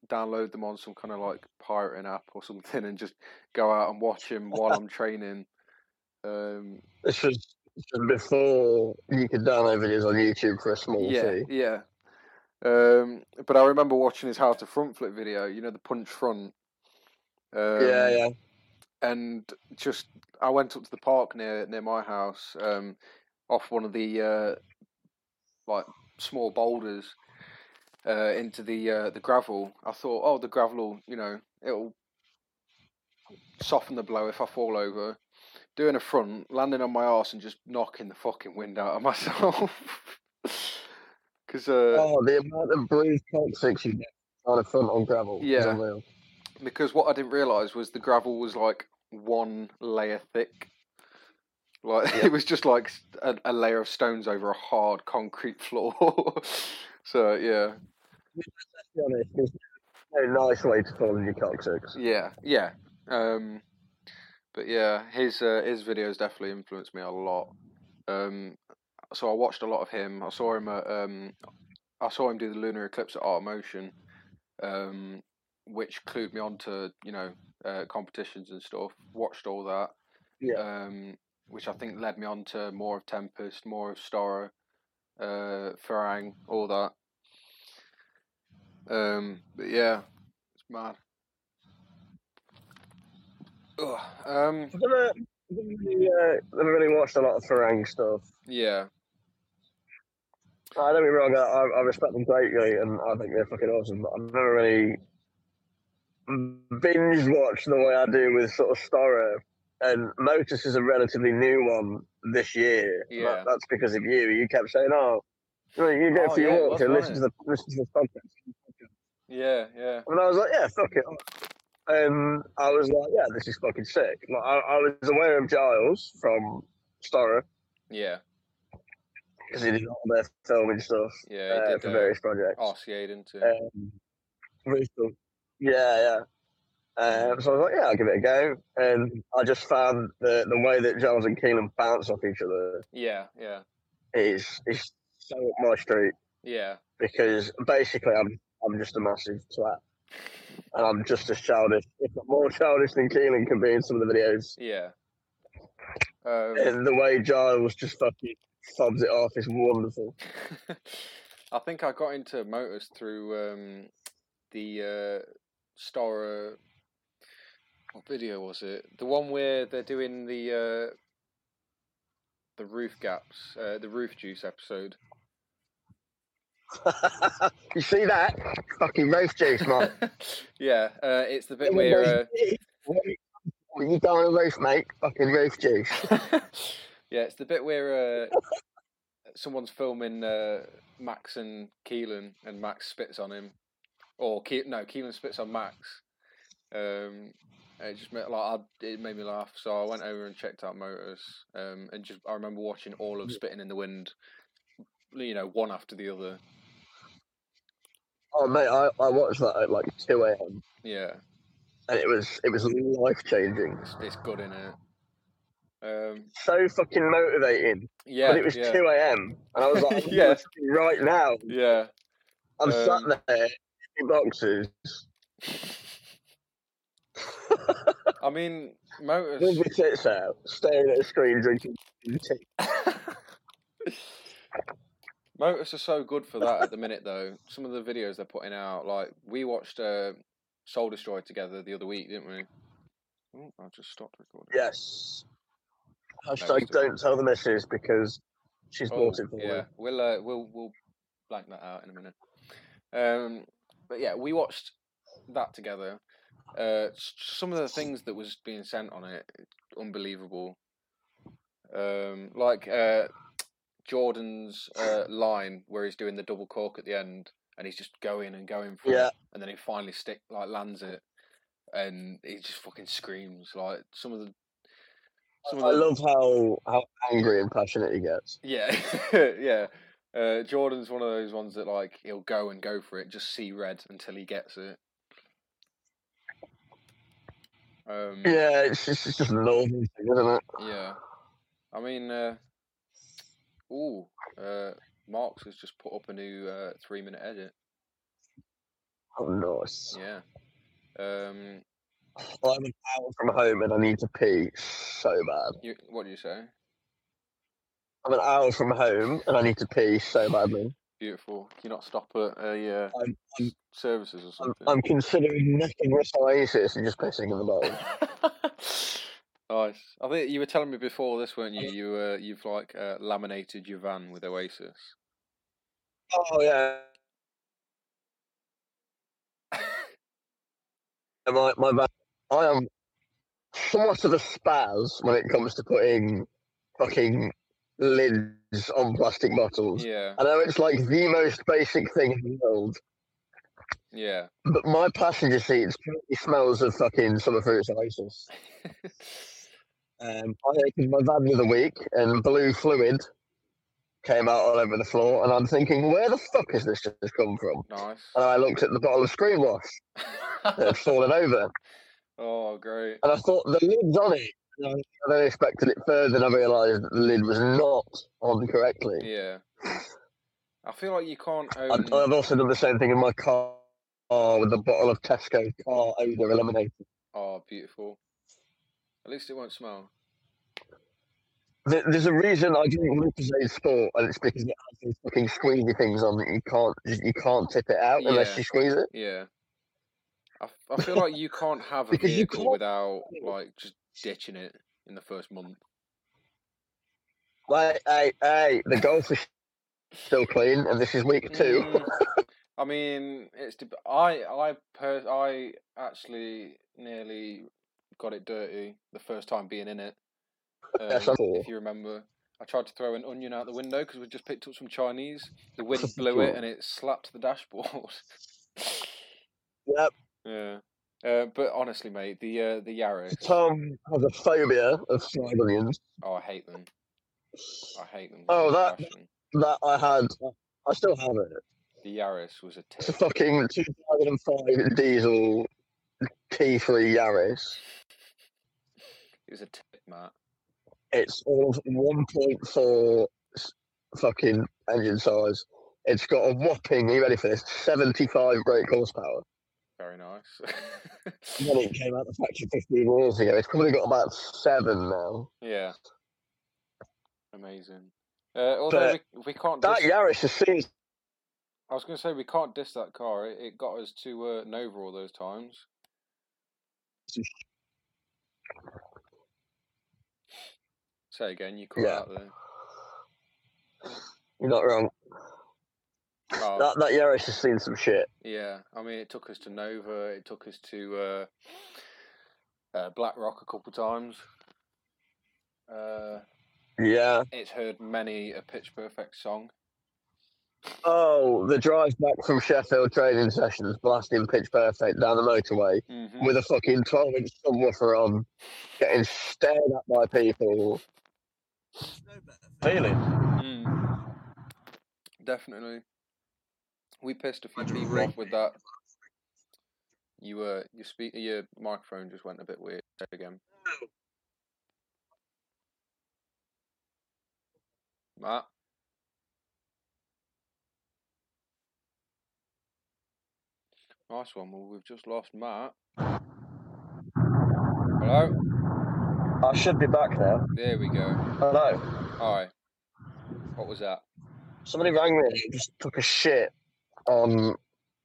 download them on some kind of like pirating app or something, and just go out and watch him while I'm training. Um, This was this was before you could download videos on YouTube for a small yeah, fee. yeah. Um, but I remember watching his how to front flip video. You know the punch front. Um, yeah, yeah. And just I went up to the park near near my house, um, off one of the uh, like small boulders uh, into the uh, the gravel. I thought, oh, the gravel, will, you know, it'll soften the blow if I fall over. Doing a front, landing on my ass, and just knocking the fucking wind out of myself. Because uh, Oh, the amount of bruised coccyx you get on a front on gravel. is Yeah. unreal. because what I didn't realise was the gravel was like one layer thick. Like Yeah. it was just like s- a, a layer of stones over a hard concrete floor. so yeah, To be honest, there's no nice way to fall on your coccyx. yeah, yeah. Um, but yeah, his uh, his videos definitely influenced me a lot. Um, so I watched a lot of him. I saw him at um, I saw him do the lunar eclipse at Art of Motion, um, which clued me on to you know uh, competitions and stuff. Watched all that, Yeah. um, which I think led me on to more of Tempest, more of Starro, uh, Farang, all that. Um, but yeah, it's mad. Ugh, um, I've never, really, uh, never really watched a lot of Farang stuff. yeah, I don't get me wrong, I, I- I respect them greatly and I think they're fucking awesome, but I've never really binge watched the way I do with sort of Storrow. And Motus is a relatively new one this year. That- Yeah. that's because of you. You kept saying, oh, you, know, you go Oh, for your yeah, it walk was, and listen wasn't to, the, listen to the podcast. yeah, yeah, And I was like, yeah, fuck it. Um, I was like, yeah, this is fucking sick. Like, I, I was aware of Giles from Storrow yeah, because he did all their filming stuff yeah. uh, He did for uh, various projects. RCA, didn't he? Um, Bristol. Yeah, yeah. Um, so I was like, yeah, I'll give it a go. And I just found the, the way that Giles and Keelan bounce off each other yeah, yeah, is is so up my street yeah, because basically I'm I'm just a massive twat. And I'm just as childish, if not more childish than Keelan can be in some of the videos. yeah. Um, And the way Giles just fucking sobs it off is wonderful. I think I got into motors through um, the uh, Star. Uh, what video was it? The one where they're doing the uh, the roof gaps, uh, the roof juice episode. you see that? Fucking roast juice, man. yeah, uh, it's the bit Yeah, where. Uh, roast juice. Well, you don't want to roast, mate. Fucking roast juice. yeah, it's the bit where uh, someone's filming uh, Max and Keelan, and Max spits on him, or Ke- no, Keelan spits on Max. Um, and it just made, like I, it made me laugh, so I went over and checked out Motors, um, and just I remember watching all of Spitting in the Wind, you know, one after the other. Oh mate, I, I watched that at like two a.m. Yeah, and it was it was life changing. it's, it's good in it. Um, So fucking motivating. yeah, but it was yeah, two a.m. and I was like, Yeah. yes, right now yeah, Um, I'm sat there in boxes I mean, with Motors. my tits out, staring at a screen, drinking tea. Motors are so good for that at the minute, though. Some of the videos they're putting out, like we watched uh, Soul Destroy together the other week, didn't we? Oh, I just stopped recording. Yes. was Hashtag the- don't tell the missus because she's Oh, bought it for yeah. me. We'll uh, we'll we'll blank that out in a minute. Um, but yeah, we watched that together. Uh, s- some of the things that was being sent on it, unbelievable. Um, like uh, Jordan's uh, line where he's doing the double cork at the end, and he's just going and going for Yeah. it, and then he finally stick like lands it, and he just fucking screams like some of the. Some of I the, love how how angry and passionate he gets. yeah, yeah. Uh, Jordan's one of those ones that like he'll go and go for it, just see red until he gets it. Um, Yeah, it's just, it's just lovely, isn't it? yeah. I mean, uh, ooh, uh, Marks has just put up a new uh, three-minute edit. Oh, nice. Yeah. Um, I'm an hour from home and I need to pee so bad. you, what do you say? I'm an hour from home and I need to pee so badly. Beautiful. Can you not stop at a uh, I'm, I'm, services or I'm, something? I'm considering nothing with Oasis and just pissing in the bowl. nice. I think you were telling me before this, weren't you? You uh, you've like uh, laminated your van with Oasis. Oh yeah, And my my back. I am somewhat of a spaz when it comes to putting fucking lids on plastic bottles. yeah, I know it's like the most basic thing in the world, yeah. but my passenger seat currently smells of fucking summer fruits Oasis. Um, I opened my van the other week and blue fluid came out all over the floor, and I'm thinking, where the fuck is this just come from? nice. And I looked at the bottle of screen wash that had fallen over, oh, great. and I thought the lid's on it I then inspected it further and I realised that the lid was not on correctly. Yeah. I feel like you can't I- own. I've also done the same thing in my car with a bottle of Tesco car odor eliminator. Oh, beautiful. At least it won't smell. There- There's a reason I didn't want to say sport, and it's because it has these fucking squeezy things on that you can't you can't tip it out unless Yeah. you squeeze it. Yeah. I, f- I feel like you can't have a Because you vehicle can't- without like just ditching it in the first month. Wait, hey, hey, the golf is still clean, and this is week two. Mm, I mean, it's deb- I I per- I actually nearly got it dirty the first time being in it. Um, Yes, I saw. if you remember, I tried to throw an onion out the window because we just picked up some Chinese. The wind blew it and it slapped the dashboard. yep. yeah. Uh, but honestly, mate, the uh, the Yaris. Tom has a phobia of fried onions. Oh, I hate them. I hate them. with Oh, a that- passion. That I had, I still have it. the Yaris was a It's a tip. fucking 2005 diesel T3 Yaris. It was a tip, Matt. It's all of 1.4 s- fucking engine size. It's got a whopping, are you ready for this? 75 brake horsepower. Very nice. And When it came out the factory 15 years ago, it's probably got about seven now. yeah. Amazing. Uh, although But we, we can't. That Diss, Yaris has seen I was going to say we can't diss that car. It, it got us to uh, Nova all those times. Say again. You cut Yeah. out there. You're not wrong. Oh, That, that Yaris has seen some shit. Yeah, I mean, it took us to Nova. It took us to uh, uh, Black Rock a couple times. Uh, Yeah. it's heard many a pitch perfect song. Oh, the drive back from Sheffield training sessions, blasting pitch perfect down the motorway Mm-hmm. with a fucking 12 inch subwoofer on, getting stared at by people. Feeling. Mm. Definitely, we pissed a few Bunch of people ring- off with that. You uh, your speak, your microphone just went a bit weird Say again. Matt, nice one. Well, we've just lost Matt. Hello, I should be back now. there we go. Hello. Hi, what was that? Somebody rang me and just took a shit on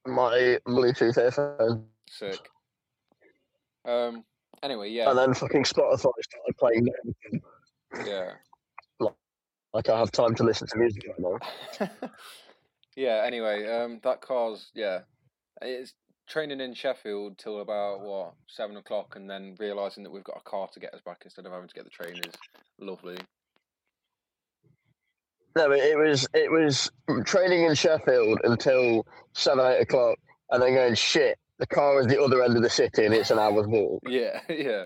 my Bluetooth earphone. Sick. Um. Anyway, yeah, And then fucking Spotify started playing everything. yeah. Like I have time to listen to music right now. yeah. Anyway, um, that car's yeah, it's training in Sheffield till about what seven o'clock, and then realizing that we've got a car to get us back instead of having to get the train is lovely. No, it it was it was training in Sheffield until seven eight o'clock, and then going shit. The car is the other end of the city, and it's an hour's walk. Yeah, yeah.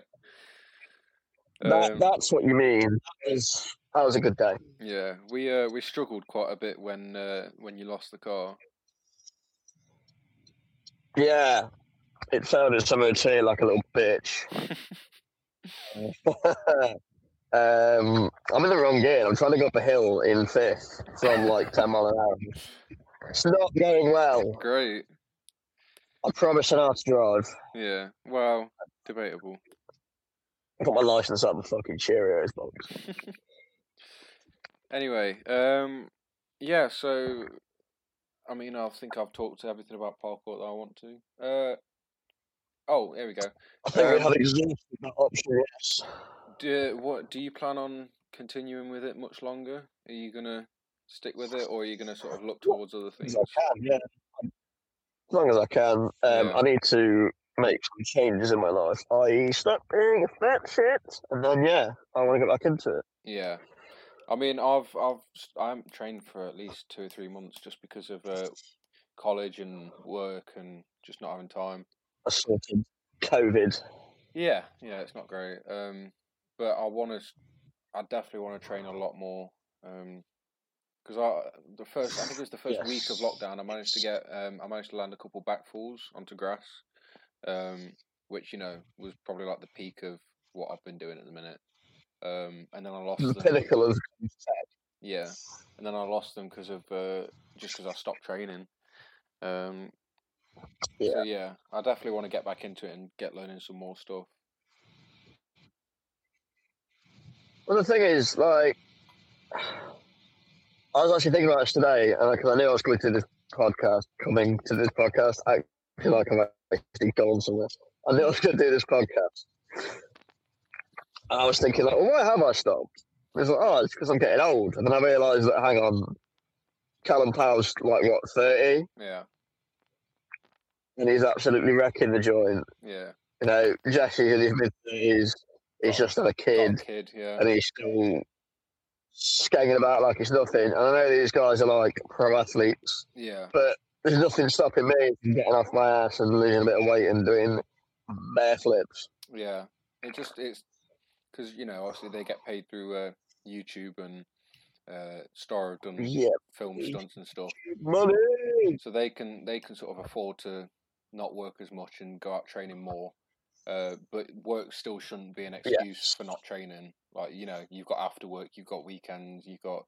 that, Um, that's what you mean. That was, that was a good day. yeah, we uh, we struggled quite a bit when uh, when you lost the car. Yeah, it sounded somewhere to like a little bitch. um, I'm in the wrong gear. I'm trying to go up a hill in fifth from like ten mile an hour. It's not going well. Great. I promise an hard drive. Yeah. Well, debatable. I got my license out of the fucking Cheerios box. Anyway, um, yeah, so I mean, I think I've talked to everything about parkour that I want to. Uh, oh, here we go. I think Um, we have exhausted that option. Yes. Do, what do you plan on continuing with it much longer? Are you gonna stick with it, or are you gonna sort of look towards other As things? long as I can, yeah. As long as I can. Um, Yeah. I need to make some changes in my life, i.e., stop being a fat shit. And then, yeah, I want to get back into it. Yeah, I mean, I've I've s- I haven't trained for at least two or three months just because of uh, college and work and just not having time. I sorted COVID. Yeah, yeah, it's not great. Um, but I want to, I definitely want to train a lot more. Um, because I the first, I think it was the first week of Yes. lockdown, I managed to get, um, I managed to land a couple back falls onto grass, um, which you know was probably like the peak of what I've been doing at the minute. Um, and then I lost The them. pinnacle of Yeah, and then I lost them because of uh, just because I stopped training. Um, So yeah, I definitely want to get back into it and get learning some more stuff. Well, the thing is, like, I was actually thinking about this today, and because I knew I was going to this podcast, coming to this podcast, acting like I'm actually gone somewhere. I knew I was going to do this podcast. And I was thinking, like, well, why have I stopped? And It's like, oh, it's because I'm getting old. And then I realised that, hang on, Callum Powell's like, what, 30? Yeah, And he's absolutely wrecking the joint. yeah. You know, Jesse, in his mid 30s, he's just had Got a a kid. kid. Yeah, and he's still skating about like it's nothing. And I know these guys are like pro athletes, yeah, but there's nothing stopping me from getting off my ass and losing a bit of weight and doing bear flips. yeah. It just it's because you know obviously they get paid through uh, YouTube and uh, Star have done Yeah, film stunts and stuff, money. so they can they can sort of afford to not work as much and go out training more. Uh, but work still shouldn't be an excuse for not training. Like you know, you've got after work, you've got weekends, you've got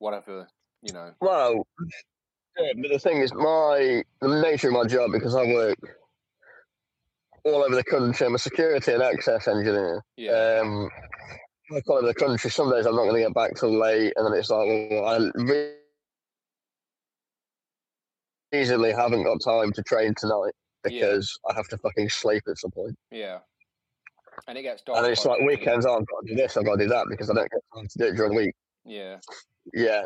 whatever. You know, Well, yeah, but the thing is, my the nature of my job because I work all over the country. I'm a security and access engineer. yeah, Um, I call it the country. Some days I'm not going to get back till late, and then it's like, well, I re- easily haven't got time to train tonight because I have to fucking sleep at some point. yeah. And it gets dark. And then it's quite like quickly. weekends. Oh, I've got to do this. I've got to do that because I don't get time to do it during the week. Yeah, Yeah,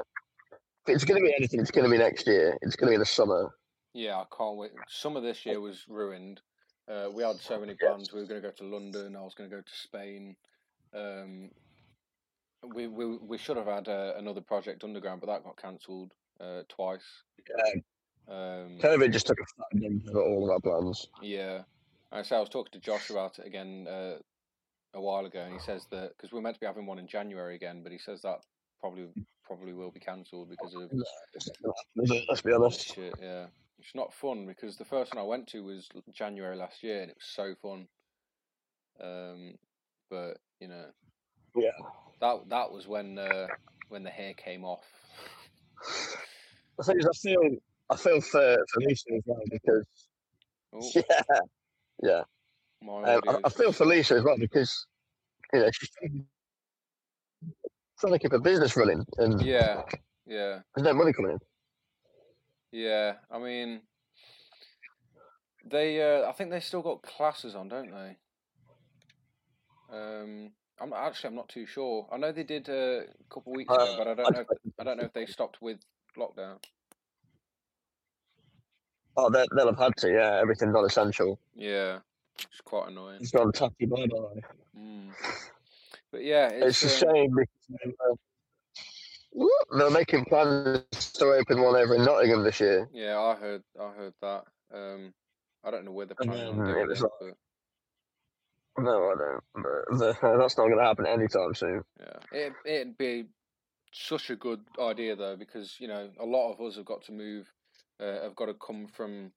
if it's going to be anything. It's going to be next year. It's going to be the summer. yeah, I can't wait. Summer this year was ruined. Uh, we had so many plans. We were going to go to London. I was going to go to Spain. Um, we we we should have had uh, another project underground, but that got cancelled uh, twice. Um, COVID just took a fat dump over all of our plans. yeah, I so I was talking to Josh about it again uh, a while ago, and he says that because we're meant to be having one in January again, but he says that probably probably will be cancelled because of Let's be honest. Shit, yeah. It's not fun because the first one I went to was l- January last year and it was so fun. Um, but you know, Yeah. that that was when uh, when the hair came off. The thing is, I feel I feel for for Lisa as well because Oh, yeah, yeah. my Um, I, I audio's- feel for Lisa as well because you know she's trying to keep her business running, and Yeah, yeah, there's no money coming in. yeah. I mean, they. Uh, I think they still got classes on, don't they? Um, I'm actually I'm not too sure. I know they did uh, a couple weeks ago, Uh, but I don't know. If, I don't know if they stopped with lockdown. Oh, they, they'll have had to. Yeah, everything's not essential. Yeah, it's quite annoying. It's gone tacky bye bye. Mm. But yeah, It's, it's, a um, shame because they were, they're making plans to open one over in Nottingham this year. yeah. I heard, I heard that. Um, I don't know where the And planning on then doing it was it, but No, I don't. But the, that's not going to happen anytime soon. yeah, it it'd be such a good idea though because you know a lot of us have got to move, uh, have got to come from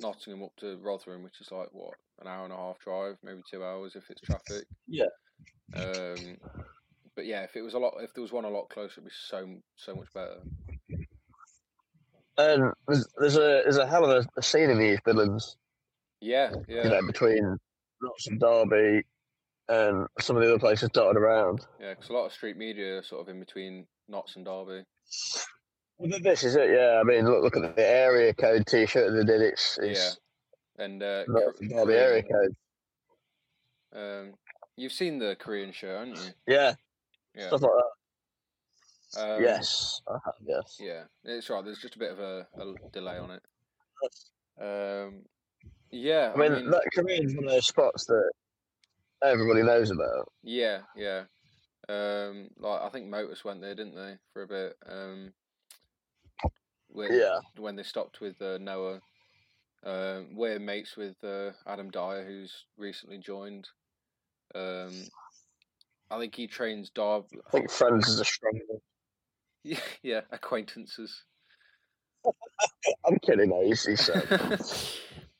Nottingham up to Rotherham, which is like what an hour and a half drive, maybe two hours if it's traffic. Yeah. Um, but yeah, if it was a lot, if there was one a lot closer, it'd be so so much better. And there's, there's a there's a hell of a, a scene in the East Midlands. Yeah, you yeah, know, between Knox and Derby and some of the other places dotted around. yeah. Because a lot of street media are sort of in between Notts and Derby. Well, th- This is it, yeah. I mean, look, look at the area code T-shirt they did. It's, it's and uh, Knox Kor- and Derby area Korean. code. Um, you've seen the Korean show, haven't you? Yeah, Yeah. stuff like that. Um, yes, I have, yes. Yeah, it's right. There's just a bit of a, a l- delay on it. Um, yeah, I mean, that Korean's one of those spots that everybody knows about. yeah, yeah. Um, like I think Motus went there, didn't they, for a bit? Um, when, Yeah. When they stopped with uh, Noah, um, we're mates with uh, Adam Dyer, who's recently joined. Um, I think he trains Darby. I think Friends is a strong. one. Yeah, yeah, acquaintances. I'm kidding, though. He's, he's uh,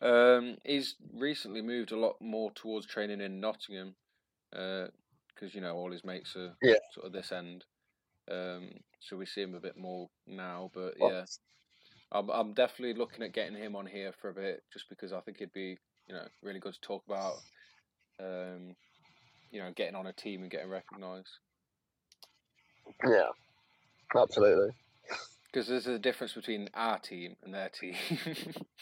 um, he's recently moved a lot more towards training in Nottingham, because you know all his mates are Yeah. sort of this end. Um, so we see him a bit more now, but Oh. yeah, I'm I'm definitely looking at getting him on here for a bit, just because I think it'd be you know really good to talk about, um, you know, getting on a team and getting recognised. Yeah, absolutely. Because there's a difference between our team and their team,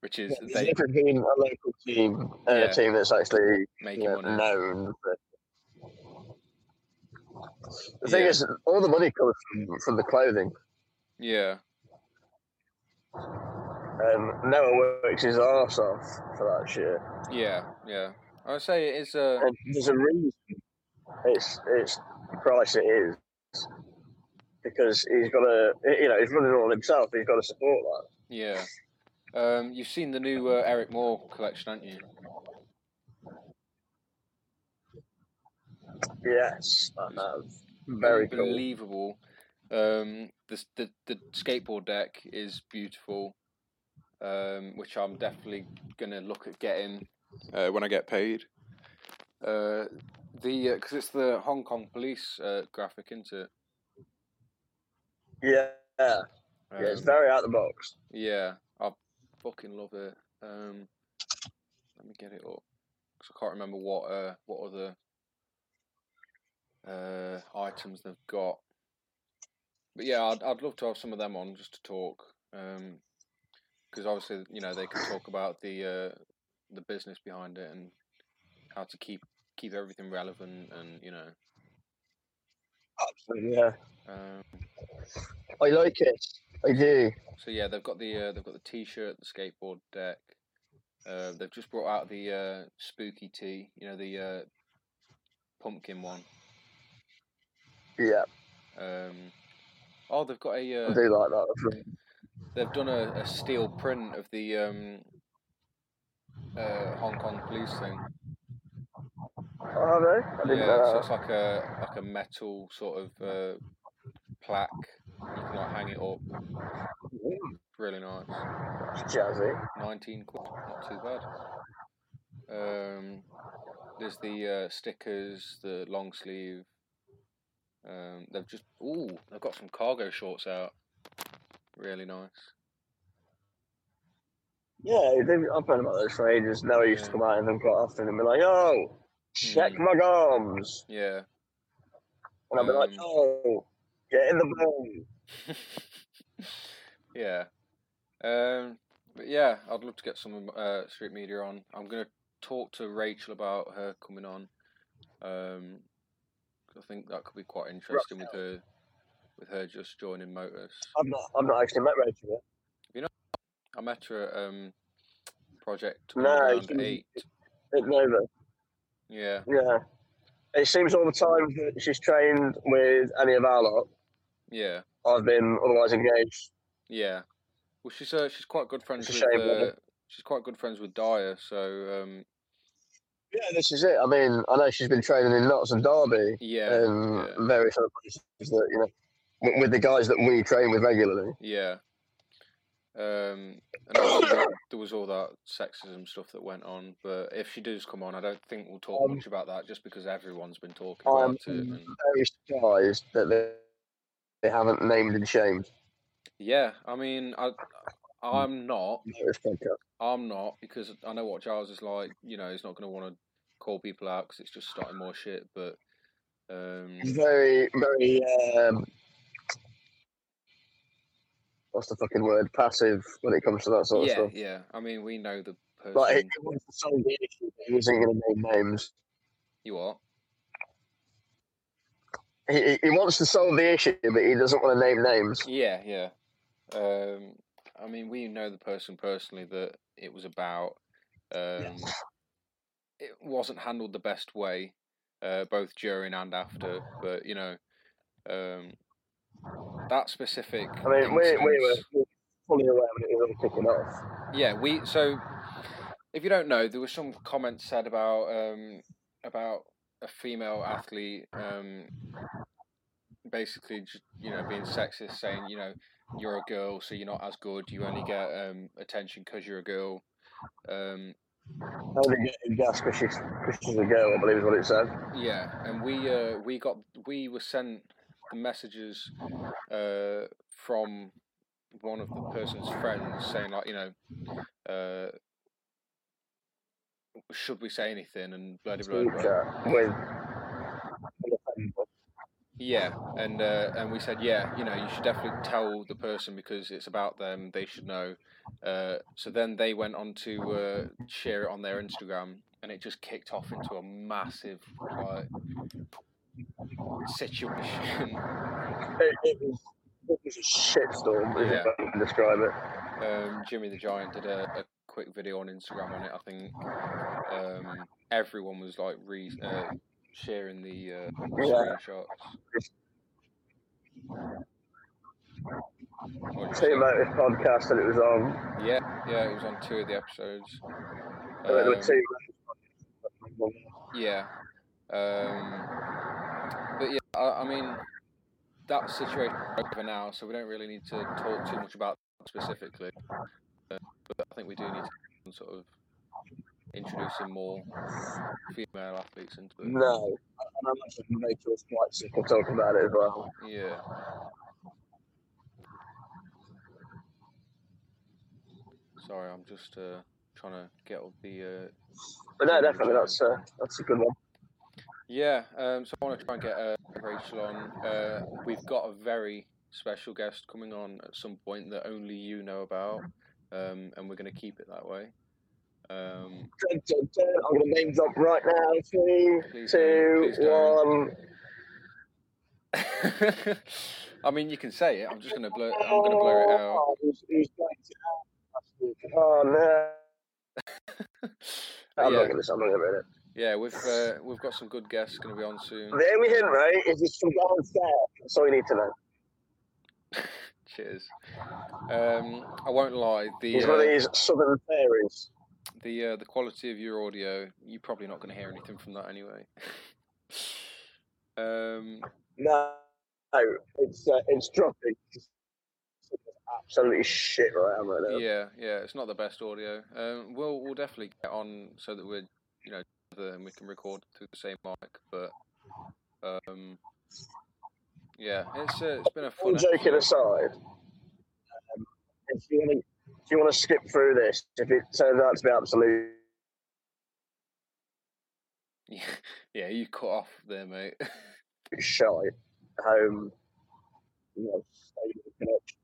which is It's they different being a local team and Yeah. a team that's actually making you know, money. known. But... The thing Yeah. is, all the money comes from, from the clothing. Yeah, Um, no one works his arse off for that shit. yeah, yeah. I would say it is uh, a And there's a reason it's it's the price it is because he's got to you know he's running all himself. He's got to support that. yeah. Um, you've seen the new uh, Eric Moore collection, haven't you? Yes, I have. Very cool. unbelievable. Um, the, s- the the skateboard deck is beautiful, um, which I'm definitely gonna look at getting uh, when I get paid. Uh, the because it's the Hong Kong police uh, graphic, isn't it? Yeah, yeah, Um, it's very out the box. yeah, I fucking love it. Um, let me get it up 'cause I can't remember what uh, what other uh, items they've got. But yeah, I'd I'd love to have some of them on just to talk, because obviously you know they can talk about the uh, the business behind it and how to keep keep everything relevant and you know. Yeah, Um, I like it. I do. So yeah, they've got the uh, they've got the t-shirt, the skateboard deck. Uh, they've just brought out the uh, spooky tea, you know, the uh, pumpkin one. Yeah, Um, oh, they've got a I uh, do like that. they've done a, a steel print of the um, uh, Hong Kong police thing. Oh, have they? I uh, didn't Yeah, so know it's like a like a metal sort of uh, plaque. You can like hang it up. Really nice. that. Jazzy. 19 quid, not too bad. Um, there's the uh, stickers, the long sleeve. Um, they've just ooh, they've got some cargo shorts out. Really nice. Yeah, they've, I've been about those for ages. Now I used to Yeah. come out in them quite often and be like, "Yo, Mm. check my gums," Yeah. and I'd be like, Um, "Yo, get in the ball." yeah. Um, but yeah, I'd love to get some uh, street media on. I'm gonna talk to Rachel about her coming on. Um, 'cause I think that could be quite interesting with her, with her just joining Motus. I've not, I've not actually met Rachel yet. I met her at um, Project No, Underground she- Eight. It's over. Yeah, Yeah. It seems all the time that she's trained with any of our lot, yeah, I've been otherwise engaged. yeah. Well, she's uh, she's quite good friends a with shame, uh, isn't she's quite good friends with Dyer. So um, Yeah, this is it. I mean, I know she's been training in lots and Derby yeah, and yeah. various other places that, you know, with, with the guys that we train with regularly. yeah. Um, and obviously there- there was all that sexism stuff that went on. But if she does come on, I don't think we'll talk Um, much about that, just because everyone's been talking about I'm it. And very surprised that they, they haven't named and shamed yeah, I mean, I I'm not, this podcast. I'm not because I know what Giles is like. You know, he's not going to want to call people out because it's just starting more shit. But um, It's very, very, um, what's the fucking word? Passive when it comes to that sort of yeah, stuff. yeah. I mean, we know the person Like, it, it was the same issue, but he wasn't going to name names. you are. he, he- he wants to solve the issue, but he doesn't want to name names. Yeah, yeah. Um, I mean, we know the person personally that it was about. Um, It wasn't handled the best way, uh, both during and after. But you know, um, that specific. I mean, we, we, were, instance- we were fully aware when it was all kicking off. Yeah, we so if you don't know, there was some comments said about um about a female athlete um basically ju- you know being sexist saying, you know, you're a girl so you're not as good, you only get um attention cuz you're a girl. Um How did he get in gas? Because she's, because she's a girl, I believe is what it said. Yeah, and we uh, we got we were sent the messages uh, from one of the person's friends saying like you know uh, should we say anything and blah blah blah. blah. Teacher with. Yeah, and uh, and we said yeah, you know you should definitely tell the person because it's about them. They should know. Uh, so then they went on to uh, share it on their Instagram, and it just kicked off into a massive like situation. It, it, was, it was a shitstorm, is Yeah. yeah. I can describe it. um, Jimmy the Giant did a, a quick video on Instagram on it. I think um, everyone was like re- uh, sharing the uh, screenshots. What do Two you Motive podcast and it was on. think? Yeah, yeah, it was on two of the episodes. and there were Um, two Motive podcasts. Yeah. Um, but yeah, I, I mean, that situation is over now, so we don't really need to talk too much about that specifically. Uh, but I think we do need to sort of introducing more female athletes into it. No. And I'm actually going to was quite sick of talking about it as well. Yeah. Sorry, I'm just uh, trying to get all the. Uh... But no, definitely, that's, uh, that's a good one. Yeah, um, so I want to try and get uh, Rachel on. Uh, we've got a very special guest coming on at some point that only you know about, um, and we're going to keep it that way. Um, Dun, dun, dun. I'm going to name drop right now. Three, Please don't, two, please don't. one. I mean, you can say it. I'm just going to blur. I'm going to blur it out. Oh, who's- who's going to help us with- Oh, no. But I'm not yeah, going to I'm not going to read it. yeah, we've uh, we've got some good guests going to be on soon. The only hint, right, is it's from downstairs. That's all you need to know. Cheers. Um, I won't lie. The It's one of uh, these southern fairies. the uh, the quality of your audio, you're probably not going to hear anything from that anyway. um, No, no, it's uh, it's dropping. It's absolutely shit right now. Right now. yeah, yeah, it's not the best audio. Um, we'll we'll definitely get on so that we're you know together and we can record through the same mic. But um, yeah, it's uh, it's been a All fun. joking episode. aside, um, if you want to if you want to skip through this, if it turns out to be absolute, Yeah, yeah, you cut off there, mate. shite, home, you know, stay with the connection.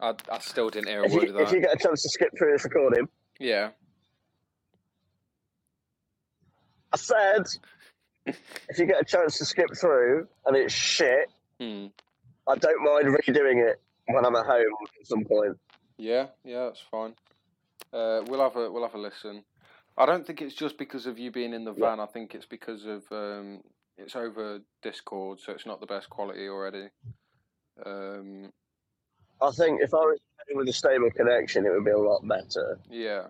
I I still didn't hear a if word of you, if you that. get a chance to skip through this recording, Yeah, I said, if you get a chance to skip through and it's shit, Hmm. I don't mind redoing it when I'm at home at some point. yeah, yeah, that's fine. Uh, we'll have a we'll have a listen. I don't think it's just because of you being in the Yeah. van. I think it's because of um, it's over Discord, so it's not the best quality already. Um, I think if I was with a stable connection, it would be a lot better. yeah,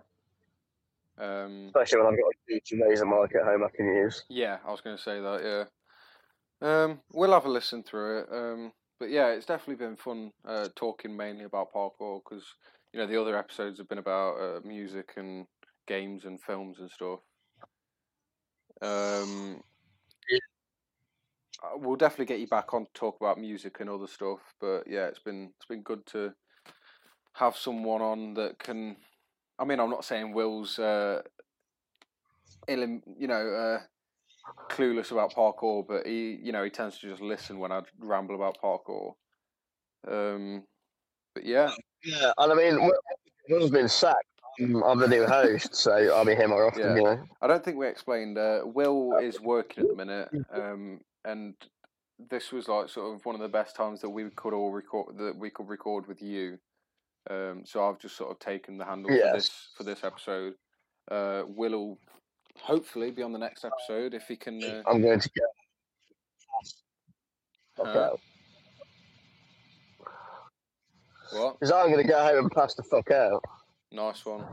um, Especially when I've got a huge laser mic at home I can use. yeah. I was going to say that. Yeah, um, we'll have a listen through it. Um, but yeah, it's definitely been fun uh, talking mainly about parkour because you know the other episodes have been about uh, music and games and films and stuff. Um, Yeah. uh, we'll definitely get you back on to talk about music and other stuff. But yeah, it's been it's been good to have someone on that can. I mean, I'm not saying Will's, uh, ilim, you know, uh, clueless about parkour, but he, you know, he tends to just listen when I ramble about parkour. Um, but yeah, Yeah, and I mean, Will's been sacked. I'm, I'm the new host, so I'll be here more often, Yeah. you know. I don't think we explained. Uh, Will is working at the minute, um, and this was like sort of one of the best times that we could all record that we could record with you. Um, so I've just sort of taken the handle Yes. for this for this episode. Uh, Will will hopefully be on the next episode if he can. Uh, I'm going to get. Huh? Okay. what Because I'm going to go home and pass the fuck out. nice one.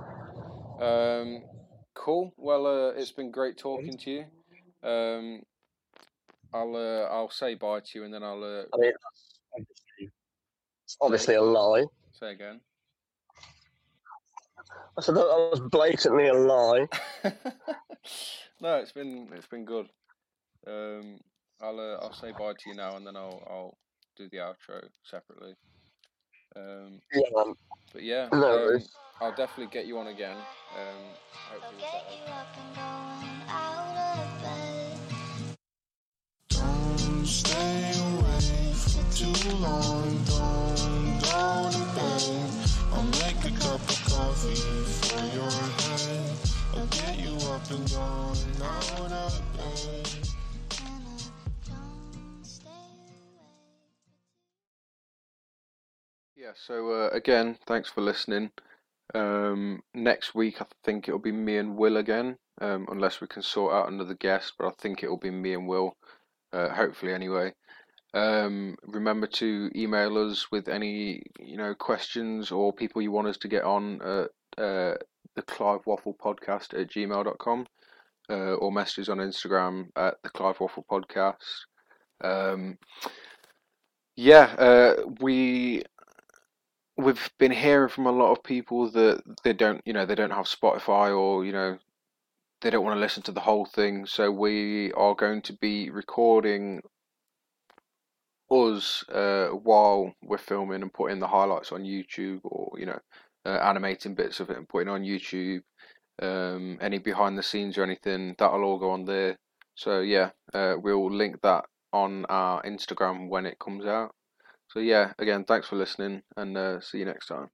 Um, cool. Well, uh, it's been great talking to you. Um, I'll uh, I'll say bye to you and then I'll uh, I mean, that's obviously, it's obviously a lie. say again. I said that was blatantly a lie. no, it's been it's been good. Um, I'll uh, I'll say bye to you now, and then I'll I'll do the outro separately. Um, Yeah, man. but yeah, No um, worries. I'll definitely get you on again. Um, I'll hopefully get better. you up and going out of bed. Don't stay awake for too long. Don't go to bed. I'll make a cup of coffee for your head. I'll get you up and going out of bed. And I don't stay awake. Yeah. So uh, again, thanks for listening. Um, next week, I think it'll be me and Will again, um, unless we can sort out another guest. But I think it'll be me and Will. Uh, hopefully, anyway. Um, remember to email us with any you know questions or people you want us to get on at uh, the Clive Waffle Podcast at gmail.com uh, or messages on Instagram at the Clive Waffle Podcast. Um, yeah, uh, we we've been hearing from a lot of people that they don't, you know, they don't have Spotify or, you know, they don't want to listen to the whole thing. So we are going to be recording us uh, while we're filming and putting the highlights on YouTube or, you know, uh, animating bits of it and putting it on YouTube. Um, any behind the scenes or anything, that'll all go on there. So yeah, uh, we'll link that on our Instagram when it comes out. So yeah, again, thanks for listening and uh, see you next time.